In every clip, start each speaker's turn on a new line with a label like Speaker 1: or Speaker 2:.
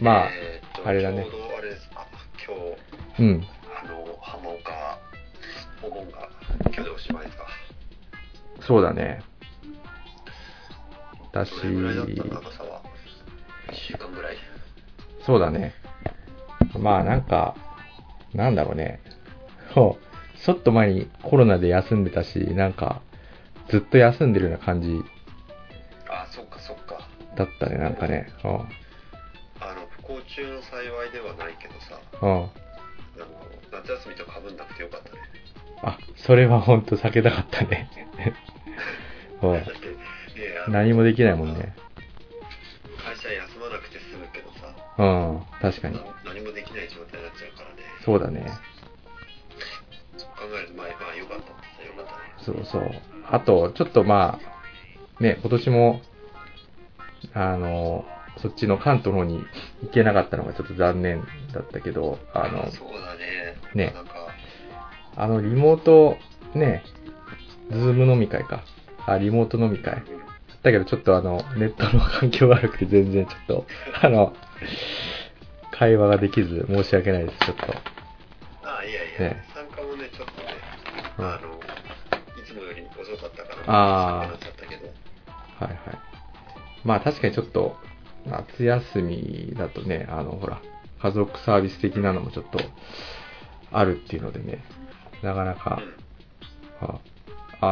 Speaker 1: まあ
Speaker 2: えーっと
Speaker 1: あれだね
Speaker 2: ちょうどあれですあ今日
Speaker 1: うん。
Speaker 2: あの浜岡お盆が今日でおしまいですか
Speaker 1: そうだね。だし
Speaker 2: ど、れぐらいだった長さは1週間ぐらい
Speaker 1: そうだね。まあなんか、なんだろうね。そう。ちょっと前にコロナで休んでたし、なんか、ずっと休んでるような感じ
Speaker 2: あそっかそっか
Speaker 1: だったね、なんかね。う
Speaker 2: あの不幸中の幸いではないけど
Speaker 1: ん。う
Speaker 2: さ
Speaker 1: ん。
Speaker 2: あの夏休みとかぶんなくてよかったね
Speaker 1: あ、それはほんと避けたかったね。 う
Speaker 2: だっていや
Speaker 1: ん。
Speaker 2: あの
Speaker 1: 何もできないもんね。
Speaker 2: 会社休まなくて済むけどさ
Speaker 1: うん。確かに。
Speaker 2: な何もできない状態になっちゃうからね
Speaker 1: そうだね。
Speaker 2: そう考えるとまあまあよかったってよかったね
Speaker 1: そうそう。あと、ちょっとまあ、ね、今年も、あの、そっちの関東の方に行けなかったのがちょっと残念だったけど、あの、
Speaker 2: そうだね
Speaker 1: ね
Speaker 2: なんか
Speaker 1: あのリモート、ね、ズーム飲み会か。あ、リモート飲み会。だけどちょっとあの、ネットの環境悪くて全然ちょっと、あの、会話ができず申し訳ないです、ちょっと。
Speaker 2: ああいやいや、
Speaker 1: ね
Speaker 2: 参加もねちょっとね
Speaker 1: うん
Speaker 2: あのいつもより遅かったから
Speaker 1: あー
Speaker 2: なっちゃったけど
Speaker 1: はいはい。まあ確かにちょっと、夏休みだとね、あの、ほら、家族サービス的なのもちょっと、あるっていうのでね、なかなか
Speaker 2: う、ん
Speaker 1: あ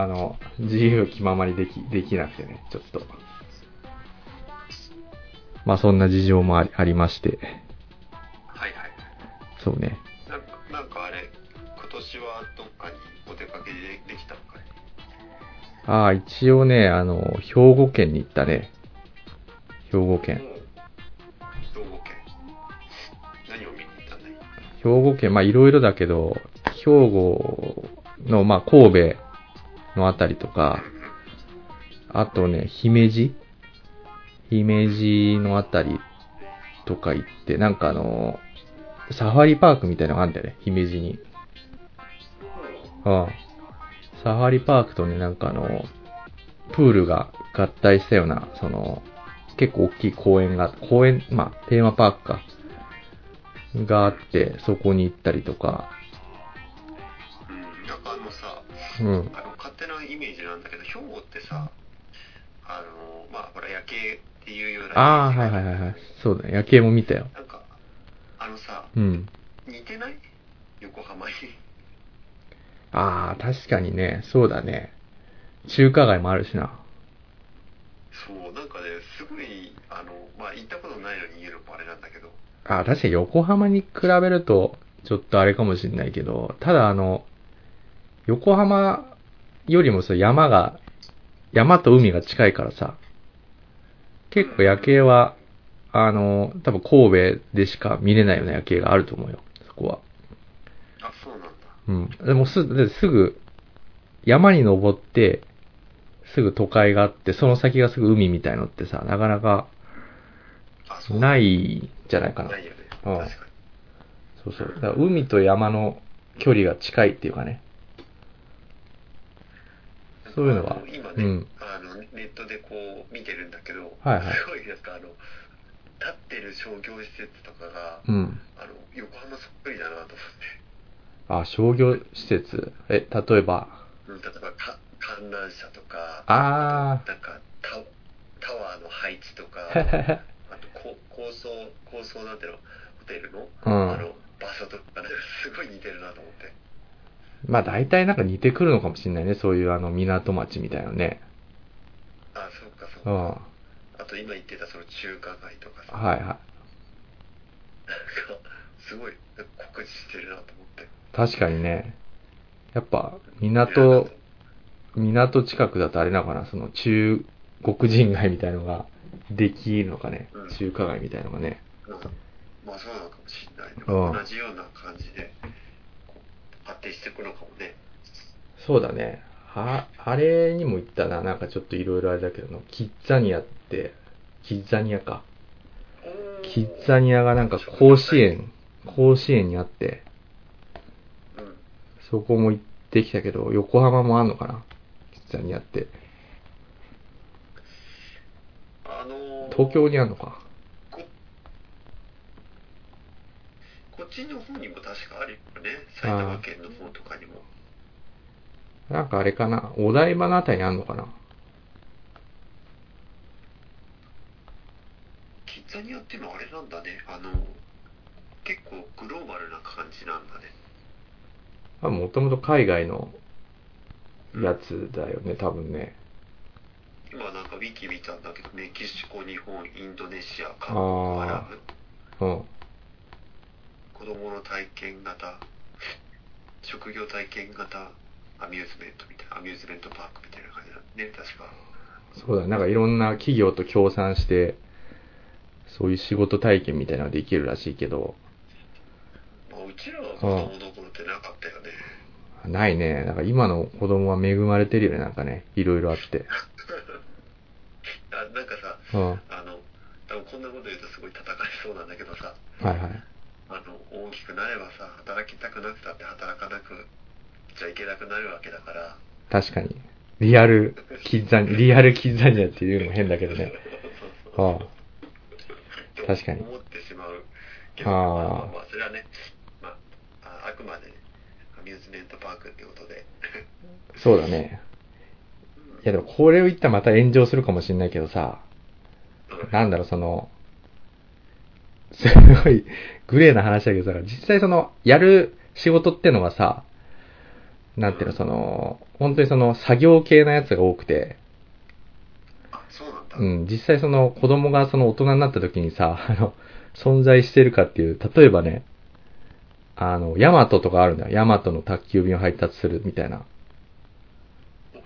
Speaker 1: あの、自由気ままにでき、できなくてね、ちょっと。まあそんな事情もありありまして、
Speaker 2: はいはい
Speaker 1: そうね。
Speaker 2: なんかなんかあれ今年はどっかにお出かけでできたのかい
Speaker 1: ああ、一応ね、あの、兵庫県に行ったね。兵庫県。
Speaker 2: もう兵庫県何を見に行ったんだい
Speaker 1: 兵庫県、まあいろいろだけど、兵庫の、まあ神戸のあたりとか、あとね、姫路姫路のあたりとか行って、なんかあの、サファリパークみたいなのがあるんだよね、姫路に。うん。サファリパークとね、なんかあの、プールが合体したような、その、結構大きい公園が、公園、まあ、テーマパークか、があって、そこに行ったりとか、
Speaker 2: うんなんかあのさ
Speaker 1: うん、
Speaker 2: あの勝手なイメージなんだけど兵庫ってさあのまあほら夜景っていうような
Speaker 1: ああ、
Speaker 2: イ
Speaker 1: は
Speaker 2: メー
Speaker 1: い
Speaker 2: ジが
Speaker 1: はいはいはい。そうだね。夜景も見たよ。
Speaker 2: なんかあのさ
Speaker 1: うん。
Speaker 2: 似てない横浜に
Speaker 1: ああ、確かにね。そうだね。中華街もあるしな。
Speaker 2: そうなんかねすごいあのまあ行ったことないのに言うのもあれなんだけど
Speaker 1: ああ、確かに横浜に比べると、ちょっとあれかもしんないけど、ただあの、横浜よりもさ、山が、山と海が近いからさ、結構夜景は、あの、多分神戸でしか見れないような夜景があると思うよ。そこは。
Speaker 2: あそうなんだ
Speaker 1: うん。でもす、だってすぐ、山に登って、すぐ都会があって、その先がすぐ海みたいのってさ、なかなか
Speaker 2: あそう
Speaker 1: ないいんじゃないかな。
Speaker 2: ないよね
Speaker 1: うん
Speaker 2: 確かに
Speaker 1: そうそう。だから海と山の距離が近いっていうかね。そういうのは
Speaker 2: あ今ね、
Speaker 1: うん
Speaker 2: あのネットでこう見てるんだけど、
Speaker 1: はいはい
Speaker 2: すごいなんかあの立ってる商業施設とかが、
Speaker 1: うん。
Speaker 2: あの横浜そっくりだなと
Speaker 1: あ、商業施設。え、例えば。
Speaker 2: 思って、うん例えばか観覧車とか、
Speaker 1: あ
Speaker 2: なんかタタワーの配置と か、
Speaker 1: ー。
Speaker 2: あとこ高層高層なんていうのホテルの,、
Speaker 1: うん
Speaker 2: あの場所とか、ね、すごい似てるなと思って。
Speaker 1: まあ大体なんか似てくるのかもしれないね。そういうあの港町みたいなね。
Speaker 2: あそうかそう
Speaker 1: う
Speaker 2: か、
Speaker 1: ん。は
Speaker 2: あと今言ってたその中華街とか
Speaker 1: い
Speaker 2: さ、なんか
Speaker 1: は
Speaker 2: すごいなんか酷似してるなと思って。
Speaker 1: い。確かにね。やっぱ、港、港近くだとあれなのかな、その中国人街みたいのができるのかね
Speaker 2: うん、
Speaker 1: 中華街みたいのがね。
Speaker 2: なんかまあそうなのかもしれない、
Speaker 1: うん
Speaker 2: 同じような感じでこう発展していくのかもね
Speaker 1: そうだね。あ、あれにも行ったな、なんかちょっといろいろあれだけどな、キッザニアって、キッザニアか。キッザニアがなんか甲子園、甲子園にあって、
Speaker 2: うん
Speaker 1: そこも行ってきたけど、横浜もあんのかな、キッザニアって。
Speaker 2: あのー
Speaker 1: 東京にあんのか。
Speaker 2: こっちの方にも確かあるよね。埼玉県の方とかにも。
Speaker 1: なんかあれかな、お台場のあたりにあんのかな
Speaker 2: キッザニアっていうのはあれなんだね。あの、結構グローバルな感じなんだね。
Speaker 1: あもともと海外のやつだよね、多分ね。
Speaker 2: 今なんかウィキ見たんだけど、メキシコ、日本、インドネシア、
Speaker 1: あ
Speaker 2: 韓国、アラ
Speaker 1: あ
Speaker 2: ブ、
Speaker 1: ー、うん。
Speaker 2: 子供の体験型、職業体験型、アミューズメントみたいな、アミューズメントパークみたいな感じだね、確か。
Speaker 1: そうだね、なんかいろんな企業と協賛して、そういう仕事体験みたいなのができるらしいけど、
Speaker 2: まあ、うちらは子供の頃ってなかったよね。
Speaker 1: ないね。なんか今の子供は恵まれてるよね、なんかね。いろいろあって。
Speaker 2: あなんかさ、
Speaker 1: うん。は
Speaker 2: あの、多分こんなこと言うとすごい叩かれそうなんだけどさ、
Speaker 1: いはい。
Speaker 2: あの、大きくなればさ、働きたくなくたって働かなくちゃいけなくなるわけだから、
Speaker 1: 確かに。リアル、キッザニ、リアルキッザニアっていうのも変だけどね。 あ確かに
Speaker 2: 思ってしまうけど、
Speaker 1: あ
Speaker 2: ま
Speaker 1: ー
Speaker 2: あまあ、それはね、まあ、ああくまでね、アミューズメントパークってことで、
Speaker 1: そうだね。いやでもこれを言ったらまた炎上するかもしれないけどさ、
Speaker 2: う ん
Speaker 1: なんだろう、その、すごい、グレーな話だけどさ、実際その、やる仕事ってのはさ、なんていうの、その、本当にその、作業系なやつが多くて、
Speaker 2: あ、そうなんだ。
Speaker 1: うん、実際その、子供がその、大人になった時にさ、あの、存在してるかっていう、例えばね、あの、ヤマトとかあるんだよ。ヤマトの宅急便を配達するみたいな。
Speaker 2: おへー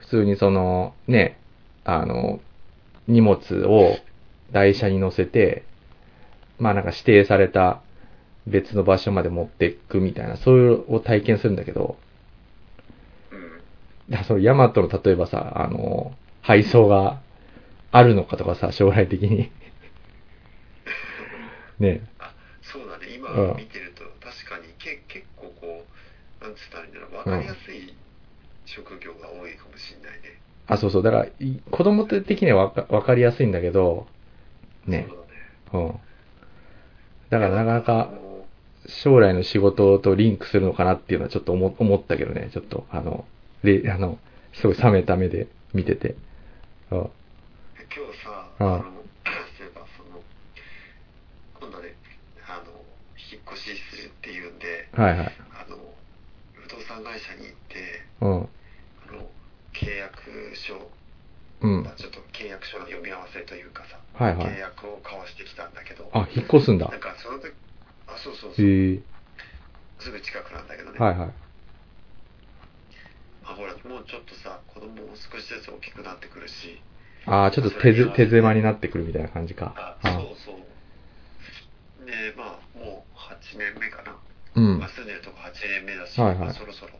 Speaker 1: 普通にその、ね、あの、荷物を台車に乗せて、まあなんか指定された別の場所まで持っていくみたいな、そういうを体験するんだけど、
Speaker 2: うん。
Speaker 1: だからそのヤマトの例えばさ、あの、配送があるのかとかさ、将来的に。ね、
Speaker 2: あ、そうだね、今
Speaker 1: うん
Speaker 2: 見てると、確かにけ結構こう、なんつったらいいんだろう、わかりやすい職業が多いかもしれないね。
Speaker 1: あ、そうそう、だからい子供的にはわかわかりやすいんだけど、ね
Speaker 2: そ、うだね。
Speaker 1: うん。だからなかなか
Speaker 2: あ、の
Speaker 1: 将来の仕事とリンクするのかなっていうのはちょっと思思ったけどね、ちょっと、あの、れあの、すごい冷めた目で見てて。うん
Speaker 2: 今日さ、
Speaker 1: う
Speaker 2: あ
Speaker 1: ん
Speaker 2: の、そういえばその、今度ね、あの、引っ越しするっていうんで、
Speaker 1: はいはい。
Speaker 2: あの、不動産会社に行って、
Speaker 1: うん。
Speaker 2: あの、契約書、
Speaker 1: うん。
Speaker 2: ちょっと契約書の読み合わせというかさ、
Speaker 1: はいは
Speaker 2: 契
Speaker 1: い。
Speaker 2: 約を交わしてきたんだけど、
Speaker 1: あ、引っ越すんだ
Speaker 2: な。んかその時、あ、そうそう
Speaker 1: へ
Speaker 2: そう、
Speaker 1: え。
Speaker 2: すぐ近くなんだけどね、
Speaker 1: はいはい。
Speaker 2: まあ、ほら、もうちょっとさ、子供も少しずつ大きくなってくるし、
Speaker 1: ああ、ちょっと手ず手狭になってくるみたいな感じか。
Speaker 2: あそうそう。で、まあ、もう8年目かな。
Speaker 1: う
Speaker 2: まあ、
Speaker 1: ん。
Speaker 2: 住んでるとこ8年目だし、
Speaker 1: はいはい
Speaker 2: まあそろそろ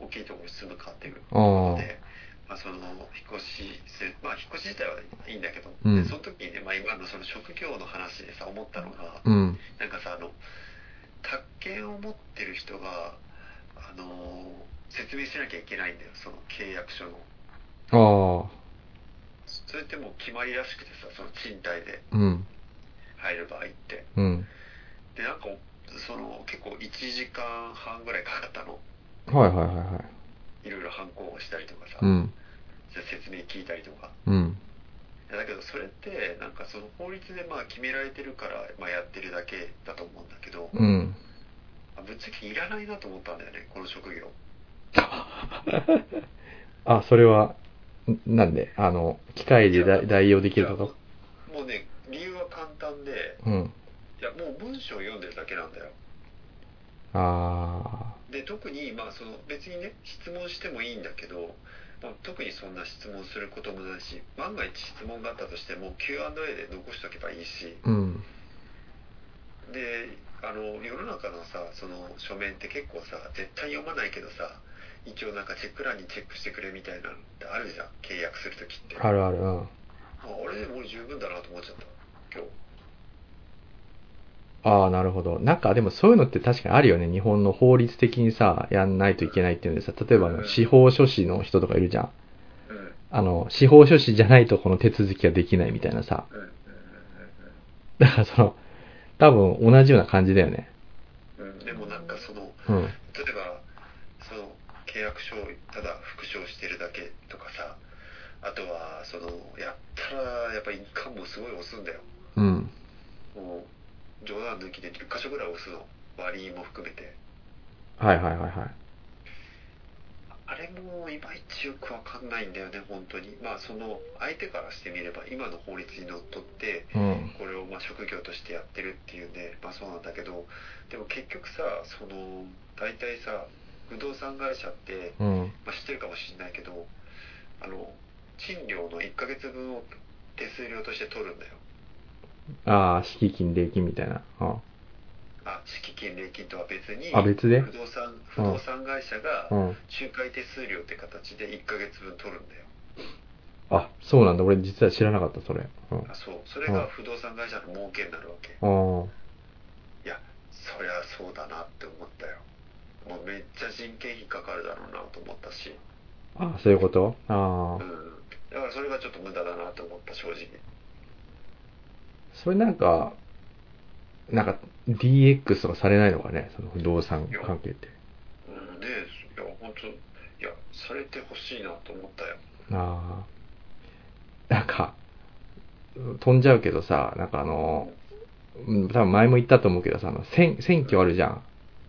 Speaker 2: 大きいところに住むかっていう
Speaker 1: ああ
Speaker 2: の。で、まあ、その引っ越しする、まあ、引っ越し自体はいいんだけど、
Speaker 1: うん
Speaker 2: でその時にね、まあ、今のその職業の話でさ、思ったのが、
Speaker 1: うん。
Speaker 2: なんかさ、あの、宅建を持ってる人が、あのー説明しなきゃいけないんだよ、その契約書の。
Speaker 1: ああ。
Speaker 2: それってもう決まりらしくてさ、その賃貸で
Speaker 1: うん。
Speaker 2: 入る場合って。
Speaker 1: うん。
Speaker 2: で、なんか、その結構1時間半ぐらいかかったの。
Speaker 1: はいはいはいはい。
Speaker 2: いろいろ反抗をしたりとかさ、
Speaker 1: うん。
Speaker 2: 説明聞いたりとか。
Speaker 1: うん。
Speaker 2: だけどそれって、なんかその法律でまあ決められてるから、まあ、やってるだけだと思うんだけど、
Speaker 1: うん。
Speaker 2: あぶっちゃけいらないなと思ったんだよね、この職業。
Speaker 1: あ、それは、んなんであの、機械で代代用できるとか
Speaker 2: もうね、理由は簡単で、
Speaker 1: うん。
Speaker 2: いやもう文章を読んでるだけなんだよ。
Speaker 1: あ
Speaker 2: で、特にまあその別にね、質問してもいいんだけど、まあ、特にそんな質問することもないし、万が一質問があったとしても Q&A で残しておけばいいし、
Speaker 1: あ。うん。
Speaker 2: であの世の中のさその書面って結構さ絶対読まないけどさ一応なんかチェック欄にチェックしてくれみたいなのってあるじゃん契約するときって
Speaker 1: あるある。うん。
Speaker 2: あ俺でも俺十分だなと思っちゃった今日
Speaker 1: ああ、なるほど。なんかでもそういうのって確かにあるよね。日本の法律的にさ、やんないといけないっていうのでさ、例えばあ
Speaker 2: う
Speaker 1: の
Speaker 2: ん
Speaker 1: 司法書士の人とかいるじゃん。
Speaker 2: うんうん
Speaker 1: あの、司法書士じゃないとこの手続きができないみたいなさ。
Speaker 2: うんうんうん
Speaker 1: だからその、多分同じような感じだよね。
Speaker 2: うん、でもなんかその
Speaker 1: うん。
Speaker 2: 例えばその契約書をただ復唱してるだけとかさあとはそのやったらやっぱ印鑑もすごい押すんだよ
Speaker 1: うん。
Speaker 2: もう冗談抜きで10箇所ぐらい押すの割りも含めて
Speaker 1: はいはいはいはい。
Speaker 2: あれもいまいちよくわかんないんだよね本当にまあその相手からしてみれば今の法律にのっとって
Speaker 1: うん。
Speaker 2: これをまあ職業としてやってるっていうんで、まあ、そうなんだけどでも結局さその大体さ不動産会社って、
Speaker 1: うん。
Speaker 2: まあ、知ってるかもしれないけどあの賃料の1ヶ月分を手数料として取るんだよ
Speaker 1: ああ、敷金、礼金みたいな。あ
Speaker 2: あ敷金礼金とは別に
Speaker 1: あ、別で
Speaker 2: 不動産不動産会社が
Speaker 1: うん。
Speaker 2: 仲介手数料って形で1ヶ月分取るんだよ
Speaker 1: あ、そうなんだ。俺実は知らなかった、それ。うん。
Speaker 2: あそうそれが不動産会社の儲けになるわけ
Speaker 1: あ
Speaker 2: そりゃそうだなって思ったよもうめっちゃ人件費かかるだろうなと思ったし
Speaker 1: あ。あそういうことあ
Speaker 2: う
Speaker 1: あ。
Speaker 2: んだからそれがちょっと無駄だなと思った正直
Speaker 1: それなんか、なんか DX とかされないのかね、その不動産関係って。
Speaker 2: うんでいや本当いやされてほしいなと思ったよ
Speaker 1: ああ。なんか、飛んじゃうけどさ、なんかあの、うん多分前も言ったと思うけどさ、あの選選挙あるじゃん。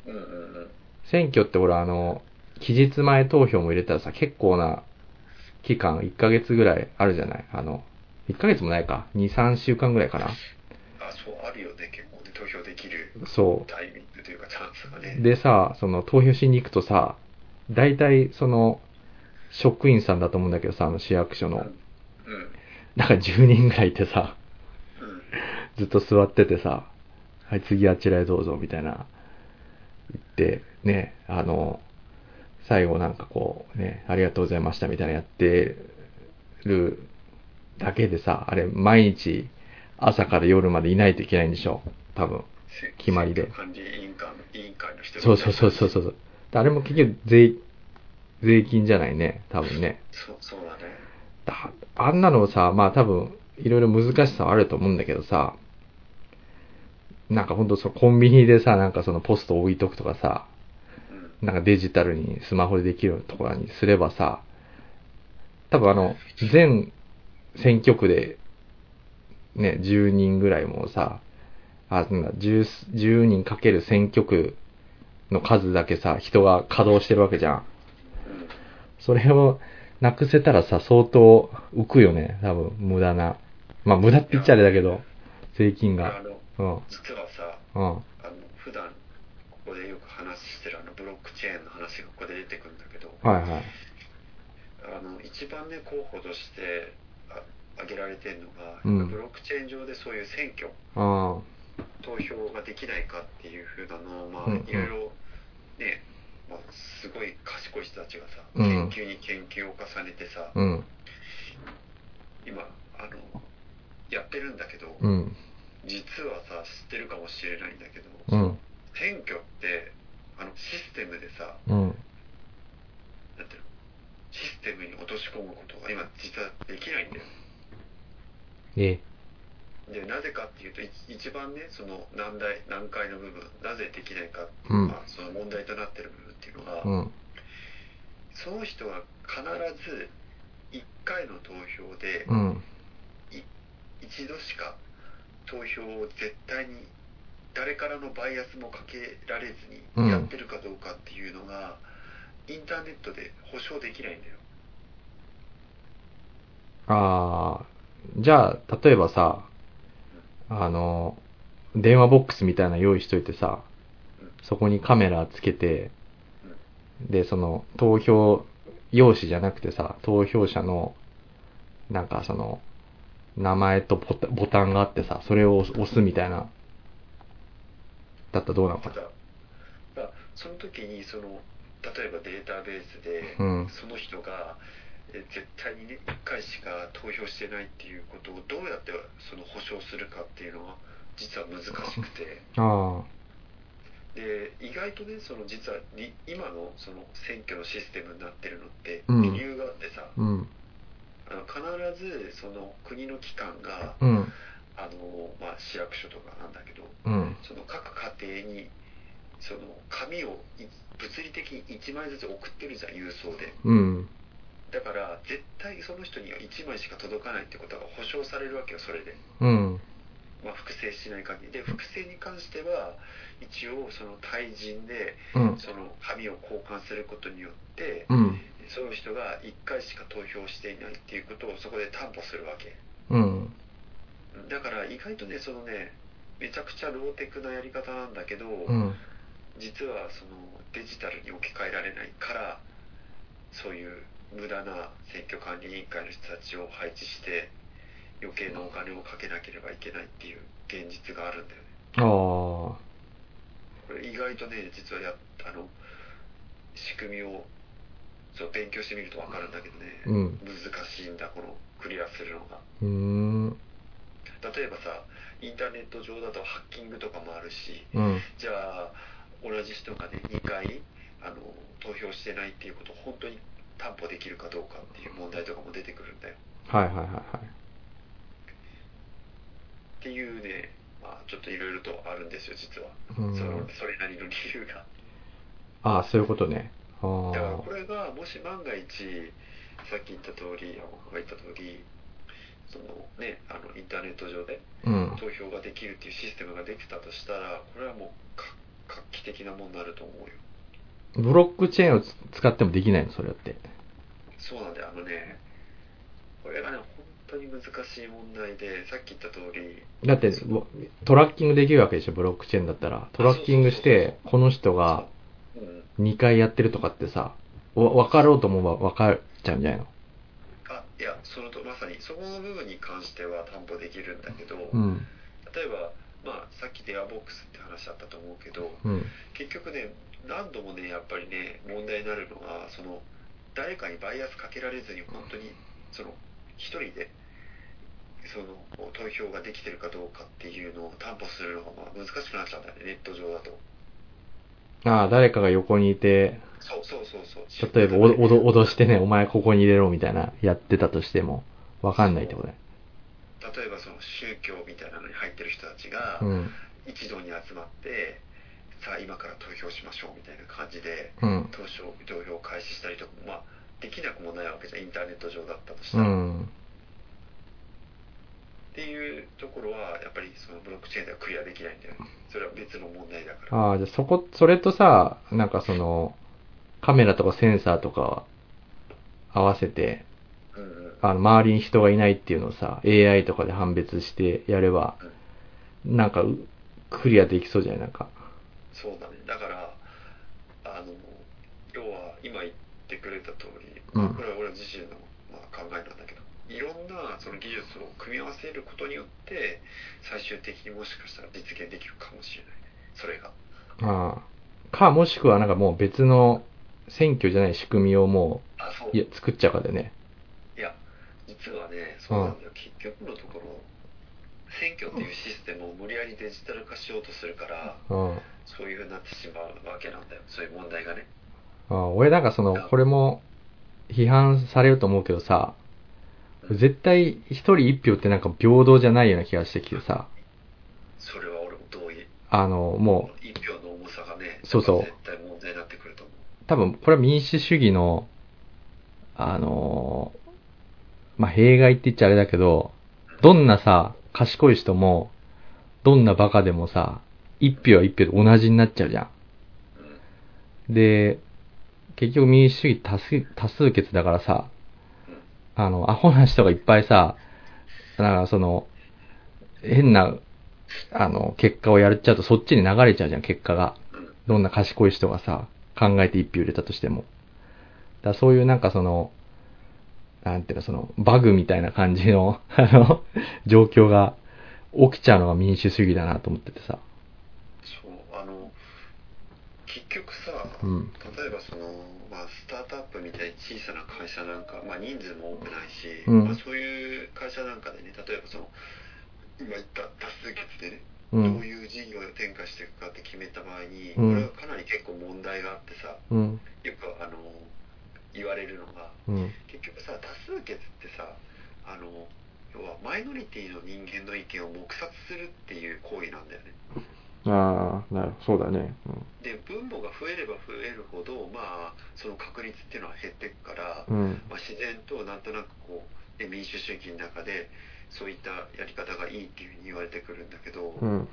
Speaker 2: うんうんうん
Speaker 1: 選挙ってほら、あの、期日前投票も入れたらさ、結構な期間、1ヶ月ぐらいあるじゃないあの、1ヶ月もないか。2、3週間ぐらいかな。
Speaker 2: あそうあるよね結構ね投票できる
Speaker 1: そ
Speaker 2: タイミングというかチャンスがね
Speaker 1: う。でさ、その投票しに行くとさ、大体その、職員さんだと思うんだけどさ、あの市役所の。
Speaker 2: うん
Speaker 1: なんか10人ぐらいいてさ、
Speaker 2: うん
Speaker 1: ずっと座っててさ、はい、次あちらへどうぞ、みたいな、言って、ね、あの、最後なんかこう、ね、ありがとうございました、みたいなやってるだけでさ、あれ、毎日、朝から夜までいないといけないんでしょ多分。
Speaker 2: せ
Speaker 1: 決まりで
Speaker 2: 選挙管理委員会の委員会の人
Speaker 1: そうそうそうそうそう。であれも結局、税、税金じゃないね、多分ね。
Speaker 2: そうそうだね
Speaker 1: だあんなのさ、まあ多分、いろいろ難しさはあると思うんだけどさ、なんかほんとそのコンビニでさ、なんかそのポスト置いとくとかさ、
Speaker 2: うん
Speaker 1: なんかデジタルにスマホでできるところにすればさ、多分あの、全選挙区で、ね、10人ぐらいもさ、あ、なんだ、10, 10人かける選挙区の数だけさ、人が稼働してるわけじゃん。
Speaker 2: うん
Speaker 1: それをなくせたらさ、相当浮くよね。多分、無駄な。まあ、無駄って言っちゃあれだけど、税金
Speaker 2: あ
Speaker 1: が。
Speaker 2: の
Speaker 1: うん。
Speaker 2: 実はさ
Speaker 1: うん。
Speaker 2: あの普段ここでよく話してるあのブロックチェーンの話がここで出てくるんだけど
Speaker 1: はいはい。
Speaker 2: あの一番ね候補としてあ挙げられてるのが、
Speaker 1: うん
Speaker 2: ブロックチェーン上でそういう選挙
Speaker 1: あ
Speaker 2: 投票ができないかっていうふうなのをまあ、
Speaker 1: うんうん
Speaker 2: いろいろね、まあ、すごい賢い人たちがさ、
Speaker 1: うん
Speaker 2: 研究に研究を重ねてさ、
Speaker 1: あ。うん。
Speaker 2: 今あのやってるんだけど、
Speaker 1: うん。
Speaker 2: 実はさ知ってるかもしれないんだけど、
Speaker 1: うん。
Speaker 2: 選挙ってあのシステムでさ
Speaker 1: うん。
Speaker 2: なんていうのシステムに落とし込むことが今実はできないんだよ
Speaker 1: え。
Speaker 2: でなぜかっていうとい一番ねその難題難解の部分なぜできないか、
Speaker 1: うん
Speaker 2: ま。あ、その問題となってる部分っていうのが、
Speaker 1: うん。
Speaker 2: その人が必ず1回の投票で
Speaker 1: うん。
Speaker 2: 一度しか投票を絶対に誰からのバイアスもかけられず
Speaker 1: うん
Speaker 2: にやってるかどうかっていうのが、インターネットで保証できないんだよ。
Speaker 1: ああ。じゃあ、例えばさ、あの、電話ボックスみたいなの用意しといてさ、そこにカメラつけて、で、その、投票用紙じゃなくてさ、投票者の、なんかその、名前とボタボタンがあってさ、それを押す押すみたいな、だったらどうなの
Speaker 2: た
Speaker 1: か
Speaker 2: だ、まあ、その時にその例えばデータベースで、
Speaker 1: な。うん。
Speaker 2: その人がえー絶対にね1回しか投票してないっていうことをどうやってその保証するかっていうのは実は難しくて
Speaker 1: あ
Speaker 2: で意外とねその実はり今のその選挙のシステムになってるのって
Speaker 1: うん
Speaker 2: 理由があってさ、
Speaker 1: あ。うん。
Speaker 2: あの必ずその国の機関が
Speaker 1: うん。
Speaker 2: あの、まあ、市役所とかなんだけど、
Speaker 1: うん。
Speaker 2: その各家庭に、その紙をい物理的に1枚ずつ送ってるじゃん、郵送で。
Speaker 1: うん。
Speaker 2: だから、絶対その人には1枚しか届かないってことが保証されるわけよ、それで。
Speaker 1: うん。
Speaker 2: まあ、複製しない限り。で、複製に関しては、一応、その対人で、
Speaker 1: うん。
Speaker 2: その紙を交換することによって、
Speaker 1: うん。
Speaker 2: その人が1回しか投票していないっていうことをそこで担保するわけ。
Speaker 1: うん。
Speaker 2: だから意外とね、そのね、めちゃくちゃローテクなやり方なんだけど、
Speaker 1: うん。
Speaker 2: 実はそのデジタルに置き換えられないから、そういう無駄な選挙管理委員会の人たちを配置して、余計なお金をかけなければいけないっていう現実があるんだよね。
Speaker 1: ああ。
Speaker 2: これ意外とね、実はやあの仕組みをそう勉強してみると分かるんだけどね、
Speaker 1: うん。
Speaker 2: 難しいんだ、このクリアするのが。
Speaker 1: うーん。
Speaker 2: 例えばさ、インターネット上だとハッキングとかもあるし、
Speaker 1: うん。
Speaker 2: じゃあ、同じ人がね、2回あの投票してないっていうことを本当に担保できるかどうかっていう問題とかも出てくるんだよ。
Speaker 1: はいはいはいはい。
Speaker 2: っていうね、まあ、ちょっといろいろとあるんですよ、実は。
Speaker 1: う
Speaker 2: その
Speaker 1: ん。
Speaker 2: それなりの理由が。
Speaker 1: ああ、そういうことね。あ
Speaker 2: だからこ
Speaker 1: あ。
Speaker 2: れがもし万が一、さっき言った通り、あ僕が言った通り、そのね、あのインターネット上で
Speaker 1: うん。
Speaker 2: 投票ができるっていうシステムができたとしたら、これはもうか画期的なものになると思うよ。
Speaker 1: ブロックチェーンをつ使ってもできないの、それって。
Speaker 2: そうなんだよ、あのね、これがね、本当に難しい問題で、さっき言った通り、
Speaker 1: だって、ぼトラッキングできるわけでしょ、ブロックチェーンだったら。トラッキングして、この人が
Speaker 2: そううん、
Speaker 1: 2回やってるとかってさ、わ分かろうと思えば分かっちゃうんじゃないの
Speaker 2: あいや、そのとまさにそこの部分に関しては担保できるんだけど、
Speaker 1: うん。
Speaker 2: 例えば、まあ、さっき電話ボックスって話あったと思うけど、
Speaker 1: うん。
Speaker 2: 結局ね、何度もね、やっぱりね、問題になるのは、その誰かにバイアスかけられずに、本当にその一人でその投票ができてるかどうかっていうのを担保するのがまあ難しくなっちゃうんだよね、ネット上だと。
Speaker 1: ああ、誰かが横にいて、
Speaker 2: そうそうそうそう。
Speaker 1: 例えばおおど脅してね、お前ここに入れろみたいな、やってたとしても、わかんないってことね。
Speaker 2: 例えばその宗教みたいなのに入ってる人たちが
Speaker 1: う、ん。
Speaker 2: 一堂に集まって、さあ今から投票しましょうみたいな感じで、
Speaker 1: うん。
Speaker 2: 投票投票を開始したりとか、まあ、できなくもないわけじゃん、インターネット上だったとした
Speaker 1: う
Speaker 2: ら。
Speaker 1: ん。
Speaker 2: っていうところは、やっぱりそのブロックチェーンではクリアできないんだよね。それは別の問題だから。
Speaker 1: ああ、じゃあそこ、それとさ、なんかその、カメラとかセンサーとかは合わせて、
Speaker 2: うんうん。
Speaker 1: あの、周りに人がいないっていうのをさ、AI とかで判別してやれば、なんかう、クリアできそうじゃないなんか。
Speaker 2: そうだね。だから、あの、要は今言ってくれた通り、
Speaker 1: うん
Speaker 2: これは俺自身の、まあ、考えなんだけど、いろんなその技術を組み合わせることによって、最終的にもしかしたら実現できるかもしれない。それが。
Speaker 1: ああ。か、もしくはなんかもう別の選挙じゃない仕組みをも
Speaker 2: あ、そう。
Speaker 1: う、いや、作っちゃうかでね。
Speaker 2: いや、実はね、そうなんだよ。結局のところ、選挙っていうシステムを無理やりデジタル化しようとするから、
Speaker 1: うん。
Speaker 2: そういうふうになってしまうわけなんだよ。そういう問題がね。
Speaker 1: ああ俺なんかその、これも批判されると思うけどさ、絶対一人一票ってなんか平等じゃないような気がしてきてさ、
Speaker 2: それは俺も同意。
Speaker 1: あの、も
Speaker 2: 一票の重さがね、
Speaker 1: そうそう
Speaker 2: 絶対問題になってくると思う。
Speaker 1: う、多分これは民主主義の、あの、まあ、弊害って言っちゃあれだけど、どんなさ、賢い人も、どんなバカでもさ、一票は一票で同じになっちゃうじゃ
Speaker 2: うん
Speaker 1: ん。で、結局民主主義多数多数決だからさ、あの、アホな人がいっぱいさ、なんかその、変な、あの、結果をやっちゃうとそっちに流れちゃうじゃん、結果が。
Speaker 2: うんうん
Speaker 1: どんな賢い人がさ、考えて一票入れたとしても。だからそういうなんかその、なんていうの、その、バグみたいな感じの、 あの、状況が起きちゃうのが民主主義だなと思っててさ。
Speaker 2: そう、あの、結局さ、
Speaker 1: うん。
Speaker 2: 例えばその、まあ、スタートアップみたいに小さな会社なんか、まあ、人数も多くないし、
Speaker 1: うん
Speaker 2: まあ、そういう会社なんかでね、例えばその、今言った多数決でね、
Speaker 1: う。
Speaker 2: どうんいう事業を展開していくかって決めた場合に、
Speaker 1: うん
Speaker 2: これはかなり結構問題があってさ、
Speaker 1: うん。
Speaker 2: よくあの言われるのが
Speaker 1: うん。
Speaker 2: 結局さ多数決ってさあの要はマイノリティの人間の意見を黙殺するっていう行為なんだよね
Speaker 1: ああ、なるほど。そうだね。うん
Speaker 2: で分母が増えれば増えるほどまあその確率っていうのは減っていくから、
Speaker 1: うん。
Speaker 2: まあ、自然となんとなくこうで民主主義の中でそういったやり方がいいっていうふうに言われてくるんだけど、
Speaker 1: うん。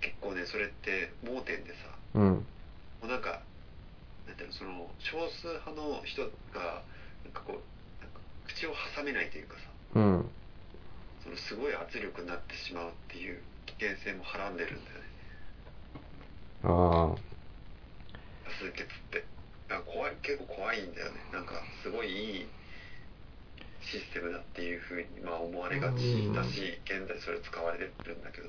Speaker 2: 結構ねそれって盲点でさ
Speaker 1: うん。
Speaker 2: もうなんかなんていうのその少数派の人がなんかこうなんか口を挟めないというかさ
Speaker 1: うん。
Speaker 2: そのすごい圧力になってしまうっていう危険性もはらんでるんだよね
Speaker 1: あ
Speaker 2: 多数決ってなんか怖い結構怖いんだよねなんかすごいいいシステムだっていうふうにまあ思われがちだし現在それ使われてるんだけど